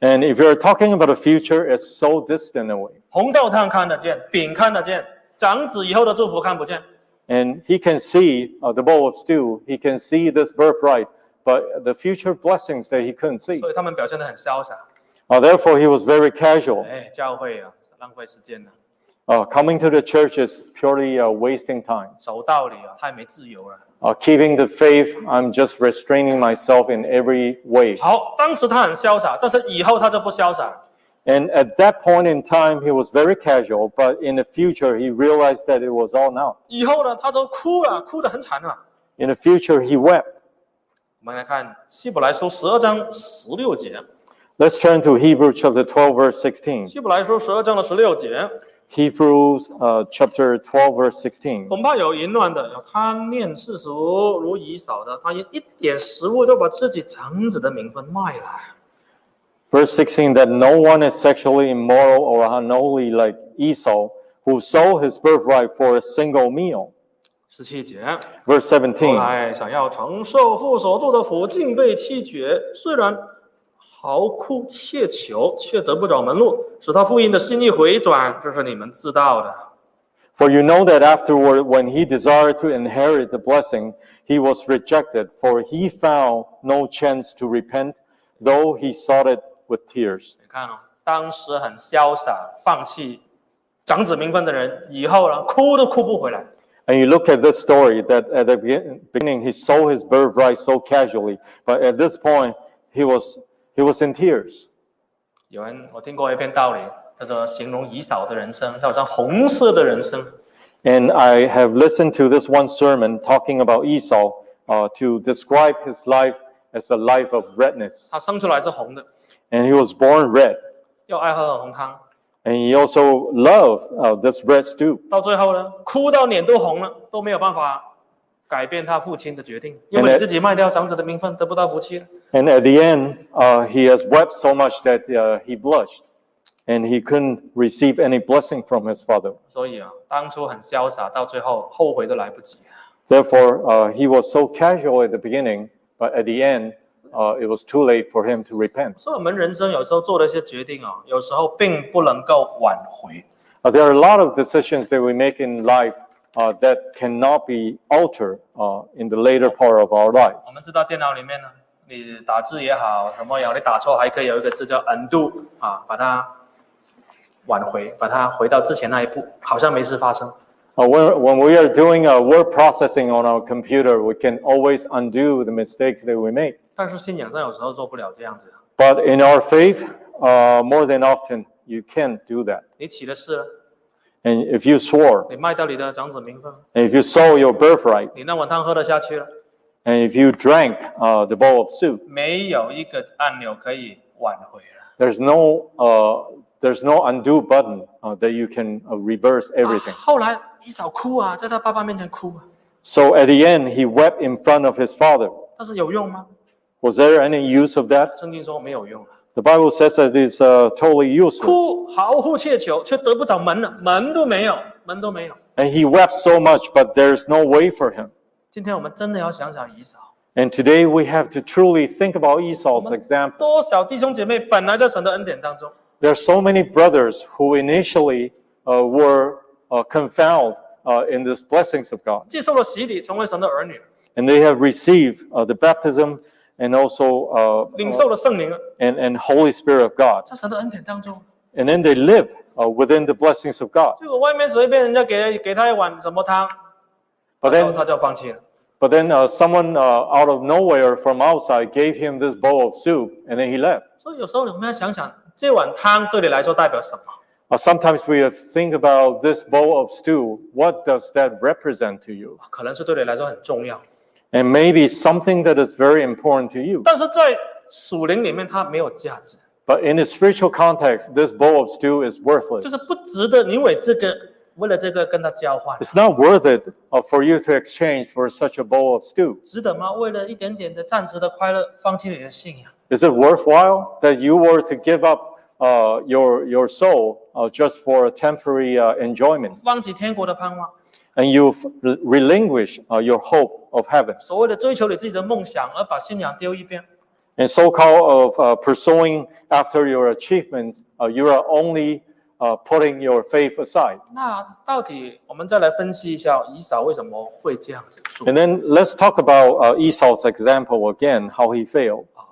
Speaker 1: And if you're talking about the future, it's so distant away.
Speaker 2: 红豆汤看得见，饼看得见，长子以后的祝福看不见。
Speaker 1: And he can see uh, the bowl of stew, he can see this birthright, but the future blessings that he couldn't see.
Speaker 2: 所以他们表现得很潇洒。
Speaker 1: Uh, therefore, he was very casual.
Speaker 2: 哎，教会啊，浪费时间了，
Speaker 1: Uh, coming to the church is purely uh, wasting time.
Speaker 2: 守道理啊，太没自由了。
Speaker 1: Uh, keeping the faith, I'm just restraining myself in every way.
Speaker 2: 好，当时他很潇洒，但是以后他就不潇洒了。
Speaker 1: And at that point in time, he was very casual, but in the future, he realized that it was all now.
Speaker 2: 以后呢，他都哭了，哭得很惨啊。
Speaker 1: In the future, he wept.
Speaker 2: 我们来看希伯来书十二章十六节，
Speaker 1: Let's turn to Hebrews chapter 12, verse 16.
Speaker 2: 希伯来书十二章的十六节，
Speaker 1: Hebrews uh, chapter 12, verse 16.
Speaker 2: 恐怕有淫乱的，有贪恋世俗如以扫的，他因一点食物就把自己长子的名分卖了。
Speaker 1: Verse 16 that no one is sexually immoral or unholy like Esau, who sold his birthright for a single meal.
Speaker 2: 十七节，
Speaker 1: Verse
Speaker 2: 后
Speaker 1: 17.
Speaker 2: 来想要承受父所住的福，竟被弃绝。虽然嚎哭切求，却得不着门路，使他父亲的心意回转，这是你们知道的。
Speaker 1: For you know that afterward, when he desired to inherit the blessing, he was rejected, for he found no chance to repent, though he sought it with tears.
Speaker 2: 你看哦，当时很潇洒，放弃长子名分的人，以后呢，哭都哭不回来。
Speaker 1: And you look at this story that at the begin- beginning he sold his birthright so casually, but at this point he was he was in tears.
Speaker 2: 有人我听过一篇道理，叫做形容以扫的人生，就好像红色的人生。
Speaker 1: And I have listened to this one sermon talking about Esau uh, to describe his life as a life of redness.
Speaker 2: 他生出来是红的，
Speaker 1: And he was born red.
Speaker 2: 又爱喝红汤，
Speaker 1: And he also loved uh, this red stew.
Speaker 2: 到最后呢，哭到脸都红了，都没有办法改变他父亲的决定，因
Speaker 1: And
Speaker 2: 为
Speaker 1: that-
Speaker 2: 你自己卖掉长子的名分，得不到福气。
Speaker 1: And at the end, uh, he has wept so much that uh, he blushed. And he couldn't receive any blessing from his father.
Speaker 2: 所以啊，当初很潇洒，到最后后悔都来不及。
Speaker 1: Therefore, uh, he was so casual at the beginning, but at the end, uh, it was too late for him to repent.
Speaker 2: 所以我们人生有时候做的一些决定啊，有时候并不能够挽回。
Speaker 1: Uh, there are a lot of decisions that we make in life uh, that cannot be altered uh, in the later part of our life.
Speaker 2: 我们知道电脑里面呢，你打字也好，什么也好，你打错还可以有一个字叫 undo 啊，把它挽回，把它回到之前那一步，好像没事发生。
Speaker 1: Uh, when, when we are doing uh, word processing on our computer, we can always undo the mistakes that we make.
Speaker 2: 但是信仰上有时候做不了这样子。啊
Speaker 1: But in our faith, uh, more than often, you can't do that.
Speaker 2: 你起了誓了，
Speaker 1: And if you swore,
Speaker 2: 你卖掉你的长子名分，
Speaker 1: and if you sold your birthright,
Speaker 2: 你那碗汤喝得下去了，
Speaker 1: and if you drank uh, the bowl of soup,
Speaker 2: 没有一个按钮可以挽回了。
Speaker 1: there's no uh, there's no undo button uh, that you can uh, reverse everything.
Speaker 2: 后来以嫂哭啊，在他爸爸面前哭啊，
Speaker 1: So at the end, he wept in front of his father.
Speaker 2: 但是有用吗？
Speaker 1: Was there any use of that?
Speaker 2: 圣经说没有用啊。
Speaker 1: The Bible says that it's uh, totally useless.
Speaker 2: 哭毫无切求，却得不着门了，门都没有，门都没有。
Speaker 1: And he wept so much, but there's no way for him.
Speaker 2: 今天我们真的要想想以嫂。
Speaker 1: And today we have to truly think about Esau's
Speaker 2: 我们
Speaker 1: example.
Speaker 2: 多少弟兄姐妹本来在神的恩典当中，
Speaker 1: There are so many brothers who initially uh, were uh, confounded uh, in these blessings of God,
Speaker 2: 接受了洗礼，成为神的儿女，
Speaker 1: and they have received uh, the baptism and also uh,
Speaker 2: 领受了圣灵，
Speaker 1: and, and Holy Spirit of God.
Speaker 2: 在神的恩典当中。
Speaker 1: And then they live uh, within the blessings of God.
Speaker 2: 结果外面随便人家给给他一碗什么汤，
Speaker 1: But
Speaker 2: 然后他
Speaker 1: then,
Speaker 2: 就放弃了。
Speaker 1: but then uh, someone uh, out of nowhere from outside gave him this bowl of soup, and then he left.
Speaker 2: 所以有时候我们要想想，这碗汤对你来说代表什么？
Speaker 1: Uh, sometimes we think about this bowl of stew. What does that represent to you?
Speaker 2: 可能是对你来说很重要，
Speaker 1: And maybe something that is very important to you.
Speaker 2: 但是在属灵里面它没有价值，
Speaker 1: But in the spiritual context, this bowl of stew is
Speaker 2: 就
Speaker 1: worthless.
Speaker 2: 是不值得你为这个为了这个跟他交换，
Speaker 1: It's not worth it uh, for you to exchange for such a bowl of stew.
Speaker 2: 值得吗？为了一点点的暂时的快乐，放弃你的信仰。
Speaker 1: Is it worthwhile that you were to give up uh, your your soul uh, just for a temporary uh, enjoyment,
Speaker 2: 放弃天国的盼望，
Speaker 1: and you've re- relinquished uh, your hope of heaven,
Speaker 2: 所谓的追求你自己的梦想，而把信仰丢一边，
Speaker 1: and so-called of uh, pursuing after your achievements, uh, you are only uh, putting your faith aside.
Speaker 2: 那到底我们再来分析一下以扫为什么会这样子做
Speaker 1: And then let's talk about uh, Esau's example again, how he failed.
Speaker 2: 啊？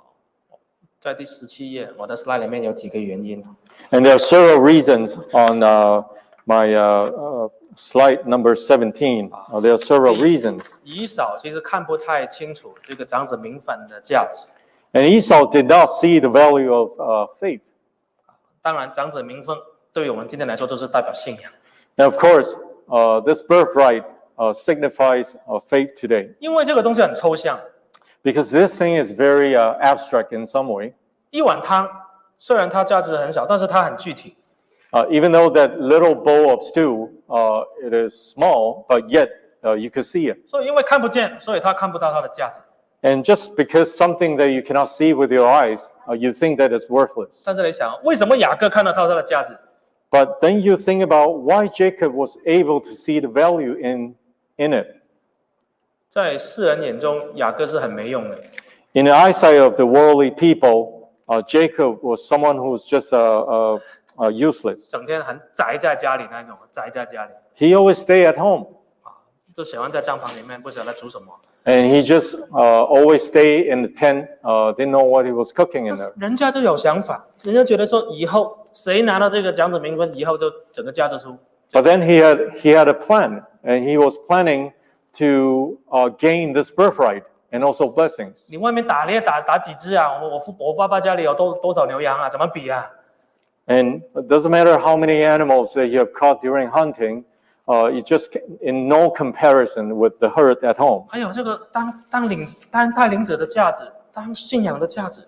Speaker 2: 在第十七页，我的 slide 里面有几个原因啊
Speaker 1: And there are several reasons on uh, my uh, uh, slide number 17. Uh, there are several reasons.
Speaker 2: 以扫其实看不太清楚这个长子名分的价值，
Speaker 1: And Esau did not see the value of uh, faith.
Speaker 2: 当然，长子名分对于我们今天来说就是代表信仰，
Speaker 1: And of course, uh, this birthright uh, signifies uh, faith today
Speaker 2: 因为这个东西很抽象。
Speaker 1: because this thing is very uh, abstract in some way.
Speaker 2: 一碗汤虽然它价值很小，但是它很具体。
Speaker 1: Uh, even though that little bowl of stew, uh, it is small, but yet uh, you could see it.
Speaker 2: 所以因为看不见，所以它看不到它的价值。
Speaker 1: And just because something that you cannot see with your eyes, uh, you think that it's worthless.
Speaker 2: 但是你想，为什么雅各看得到它的价值？
Speaker 1: But then you think about why Jacob was able to see the value in, in it.
Speaker 2: 在世人眼中，雅各是很没用的。
Speaker 1: In the eyesight of the worldly people, uh, Jacob was someone who was just uh, uh, uh, useless.
Speaker 2: 整天很宅在家里那一种，宅在家里
Speaker 1: He always stayed at home,
Speaker 2: 就喜欢在帐篷里面，不晓得煮什么。
Speaker 1: and he just uh, always stayed in the tent. Uh, didn't know what he was cooking in there.
Speaker 2: 人家就有想法，人家觉得说以后谁拿到这个奖子名分，以后就整个价值输。
Speaker 1: But then he had he had a plan, and he was planning to uh, gain this birthright and also blessings.
Speaker 2: 你外面打猎打打几只啊？我我父我爸爸家里有多多少牛羊啊？怎么比啊？
Speaker 1: And it doesn't matter how many animals that you have caught during hunting, uh, you just ca- in no comparison with the herd at home.
Speaker 2: 还哎有这个当当领当带领者的价值，当信仰的价值。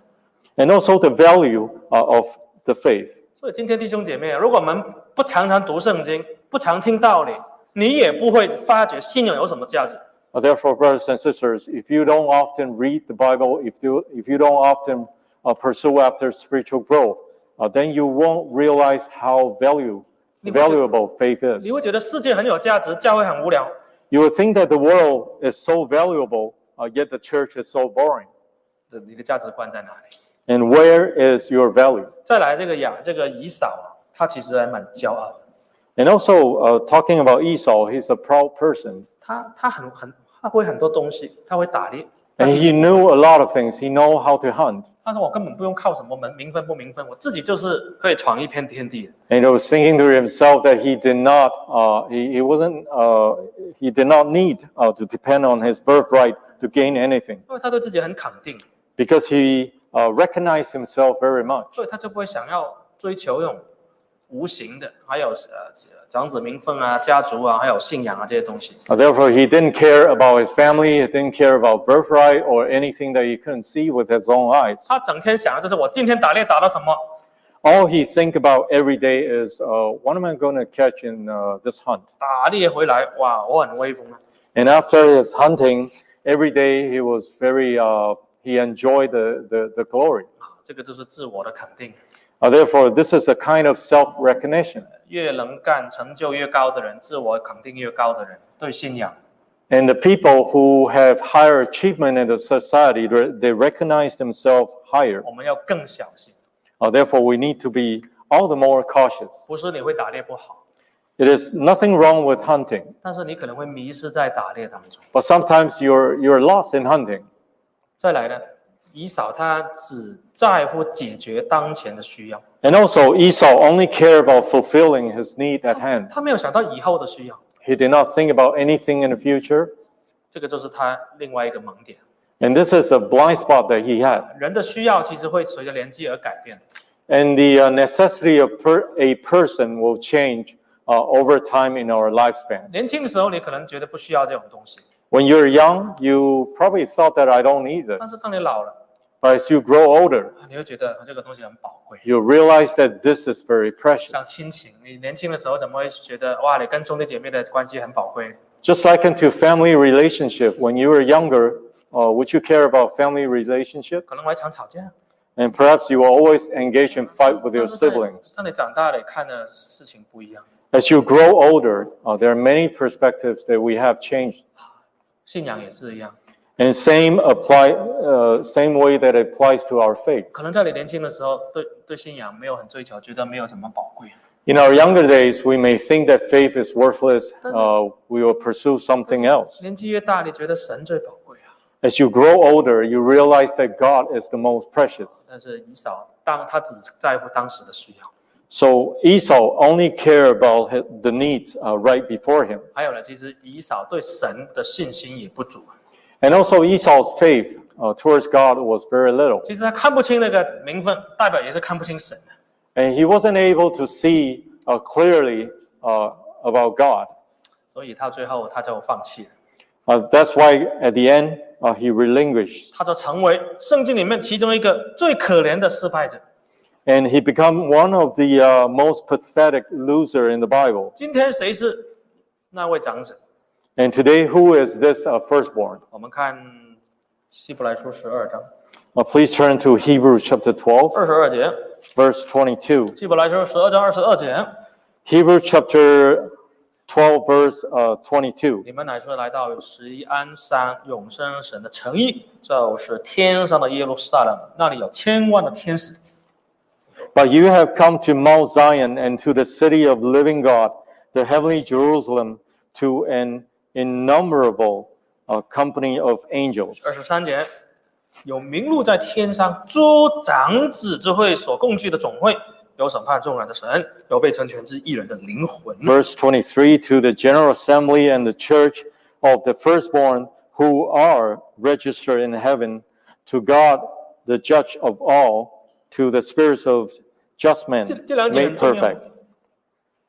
Speaker 1: and also the value uh, of the faith.
Speaker 2: 所以今天弟兄姐妹，啊如果我们不常常读圣经，不常听道理，你也不会发觉信仰有什么价值。
Speaker 1: Uh, Therefore, brothers and sisters, if you don't often read the Bible, if you if you don't often uh, pursue after spiritual growth, uh, then you won't realize how value valuable faith is.
Speaker 2: 你会觉得世界很有价值，教会很无聊。
Speaker 1: You would think that the world is so valuable, uh, yet the church is so boring.
Speaker 2: 这你的价值观在哪里？
Speaker 1: And where is your value?
Speaker 2: 再来这个雅这个以扫啊，他其实还蛮骄傲的，
Speaker 1: And also, uh, talking about Esau, he's a proud person,
Speaker 2: 他他很很他会很多东西，他会打猎。
Speaker 1: and he knew a lot of things. He know how to hunt.
Speaker 2: 他说我根本不用靠什么门名分不名分，我自己就是可以闯一片天地。
Speaker 1: And he was thinking to himself that he did not, uh, he, he wasn't, uh, he did not need uh, to depend on his birthright to gain anything
Speaker 2: 因为他对自己很肯定，
Speaker 1: because he uh, recognized himself very much.
Speaker 2: 所以他就不会想要追求那种无形的，还有呃长子名分啊、家族啊，还有信仰啊这些东西。
Speaker 1: Uh, therefore, he didn't care about his family, he didn't care about birthright or anything that he couldn't see with his own eyes.
Speaker 2: 他整天想的就是我今天打猎打到什么，
Speaker 1: All he think about every day is, uh, what am I going to catch in uh, this hunt?
Speaker 2: 打猎回来哇，我很威风啊。
Speaker 1: And after his hunting, every day he was very, uh, he enjoyed the, the, the glory.
Speaker 2: 啊这个就是自我的肯定，啊
Speaker 1: Uh, therefore, this is a kind of self recognition.
Speaker 2: 越能干、成就越高的人，自我肯定越高的人，对信仰
Speaker 1: And the people who have higher achievement in the society, they they recognize themselves higher.
Speaker 2: 我们要更小心。
Speaker 1: Uh, therefore, we need to be all the more cautious.
Speaker 2: 不是你会打猎不好，
Speaker 1: It is nothing wrong with hunting,
Speaker 2: 但是你可能会迷失在打猎当中。
Speaker 1: but sometimes you're, you're lost in hunting.
Speaker 2: 再来呢，以扫他只在乎解决当前的需要，
Speaker 1: And also, Esau only cared about fulfilling his need at hand.
Speaker 2: 他没有想到以后的需要，
Speaker 1: He did not think about anything in the future.
Speaker 2: 这个就是他另外一个盲点。
Speaker 1: And this is a blind spot that he had.
Speaker 2: 人的需要其实会随着年纪而改变，
Speaker 1: And the uh, necessity of per- a person will change uh, over time in our lifespan.
Speaker 2: 年轻的时候你可能觉得不需要这种东西，
Speaker 1: When you're young, you probably thought that I don't need this.
Speaker 2: 但是当你老了，
Speaker 1: But as you grow older,
Speaker 2: 你会觉得啊这个东西很宝贵。
Speaker 1: you realize that this is very
Speaker 2: 像
Speaker 1: precious.
Speaker 2: 亲情，你年轻的时候怎么会觉得哇，你跟兄弟姐妹的关系很宝贵？
Speaker 1: Just like into family relationship, when you were younger, uh, would you care about family relationship?
Speaker 2: 可能还常吵架，
Speaker 1: And perhaps you will always engage in fight with your
Speaker 2: 但是在
Speaker 1: siblings.
Speaker 2: 当你长大了，看的事情不一样，
Speaker 1: As you grow older, uh, there are many perspectives that we have changed.
Speaker 2: 信仰也是一样。
Speaker 1: And same apply, uh, same way that applies to our faith.
Speaker 2: 可能在你年轻的时候，对对信仰没有很追求，觉得没有什么宝贵。
Speaker 1: In our younger days, we may think that faith is worthless. Uh, we will pursue something else.
Speaker 2: 年纪越大，你觉得神最宝贵啊。
Speaker 1: As you grow older, you realize that God is the most precious.
Speaker 2: 但是以扫当他只在乎当时的需要。
Speaker 1: So Esau only cared about hi- the needs uh, right before him.
Speaker 2: 还有呢，其实以扫对神的信心也不足，啊
Speaker 1: And also Esau's faith uh, towards God was very little.
Speaker 2: 其实他看不清那个名分，代表也是看不清神的。啊
Speaker 1: And he wasn't able to see uh, clearly uh, about God.
Speaker 2: 所以他最后他就放弃了，
Speaker 1: Uh, that's why at the end, uh, he relinquished
Speaker 2: 他就成为圣经里面其中一个最可怜的失败者。
Speaker 1: and he became one of the uh, most pathetic loser in the Bible.
Speaker 2: 今天谁是那位长者？
Speaker 1: And today, who is this uh, firstborn?
Speaker 2: 我们看希伯来书十二章
Speaker 1: Uh, please turn to Hebrews chapter 12,
Speaker 2: 二十二节，
Speaker 1: verse 22.
Speaker 2: 希伯来书十二章二十二节，
Speaker 1: Hebrews chapter 12, verse uh, 22.
Speaker 2: 你们乃是来到十一安山永生神的诚意，就是天上的耶路撒冷，那里有千万的天使。
Speaker 1: But you have come to Mount Zion and to the city of living God, the heavenly Jerusalem, to an innumerable uh, company of angels.
Speaker 2: 二十三节，有名录在天上诸长子之会所共聚的总会，有审判众人的神，有被成全之一人的灵魂。
Speaker 1: Verse 23 to the general assembly and the church of the firstborn who are registered in heaven, to God, the judge of all, to the spirits of just men
Speaker 2: 这两节很
Speaker 1: made
Speaker 2: 重要
Speaker 1: perfect.。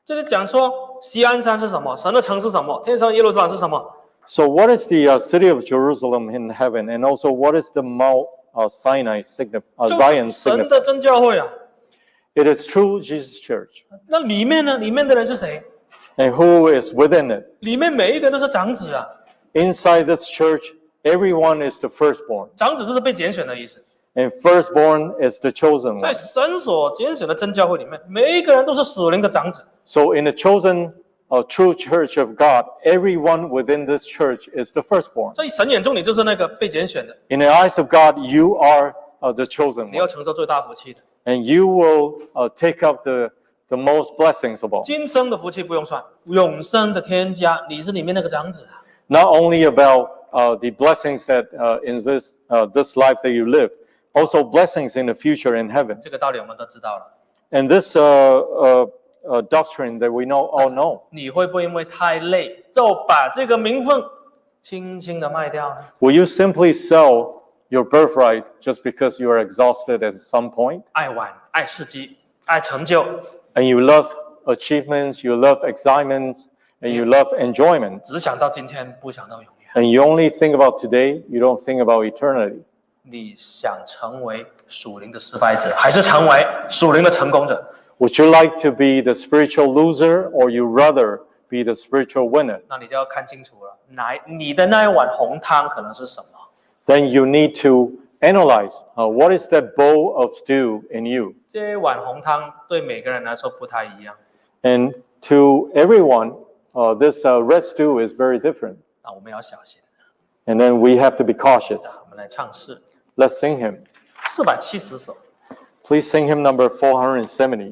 Speaker 2: 这里讲说西安山是什么，神的城是什么，天上耶路撒冷是什么？
Speaker 1: So, what is the uh, city of Jerusalem in heaven, and also what is the Mount uh, Sinai signif- uh,
Speaker 2: 就是
Speaker 1: Zion
Speaker 2: 神
Speaker 1: signif-
Speaker 2: 的真教会啊。
Speaker 1: It is true Jesus Church,
Speaker 2: 那里面呢？里面的人是谁？
Speaker 1: and who is within it.
Speaker 2: 里面每一个都是长子啊，
Speaker 1: Inside this church, everyone is the firstborn,
Speaker 2: 长子就是被拣选的意思。
Speaker 1: and firstborn is the chosen
Speaker 2: 在
Speaker 1: one.
Speaker 2: 神所拣选的真教会里面，每一个人都是属灵的长子。
Speaker 1: So, in the chosen, uh, true church of God, everyone within this church is the firstborn.
Speaker 2: 所以神眼中你就是那个被拣选的，
Speaker 1: In the eyes of God, you are uh, the chosen
Speaker 2: 你要
Speaker 1: one,
Speaker 2: 承受最大福气的。
Speaker 1: and you will uh, take up the, the most blessings of all.
Speaker 2: 今生的福气不用算，永生的添加，你是里面那个长子啊。
Speaker 1: not only about uh, the blessings that uh, in this uh, this life that you live, also blessings in the future in heaven.
Speaker 2: 这个道理我们都知道了。
Speaker 1: And this uh, uh, uh, doctrine that we know all know.
Speaker 2: 你会不会因为太累就把这个名分轻轻的卖掉呢？
Speaker 1: Will you simply sell your birthright just because you are exhausted at some point,
Speaker 2: 爱玩、爱刺激、爱成就，
Speaker 1: and you love achievements, you love excitements, and you love enjoyment,
Speaker 2: 只想到今天，不想到永远。
Speaker 1: and you only think about today, you don't think about eternity?
Speaker 2: 你想成为属灵的失败者，还是成为属灵的成功者？
Speaker 1: Would you like to be the spiritual loser, or you rather be the spiritual winner?
Speaker 2: 那你就要看清楚了，哪你的那一碗红汤可能是什么？
Speaker 1: then you need to analyze uh, what is that bowl of stew in you.
Speaker 2: 这一碗红汤对每个人来说不太一样。
Speaker 1: And to everyone, uh, this uh, red stew is very different.
Speaker 2: 那我们要小心。
Speaker 1: And then we have to be cautious.
Speaker 2: 我们来唱诗
Speaker 1: Let's sing him.
Speaker 2: 四百七十首。
Speaker 1: Please sing him number 470.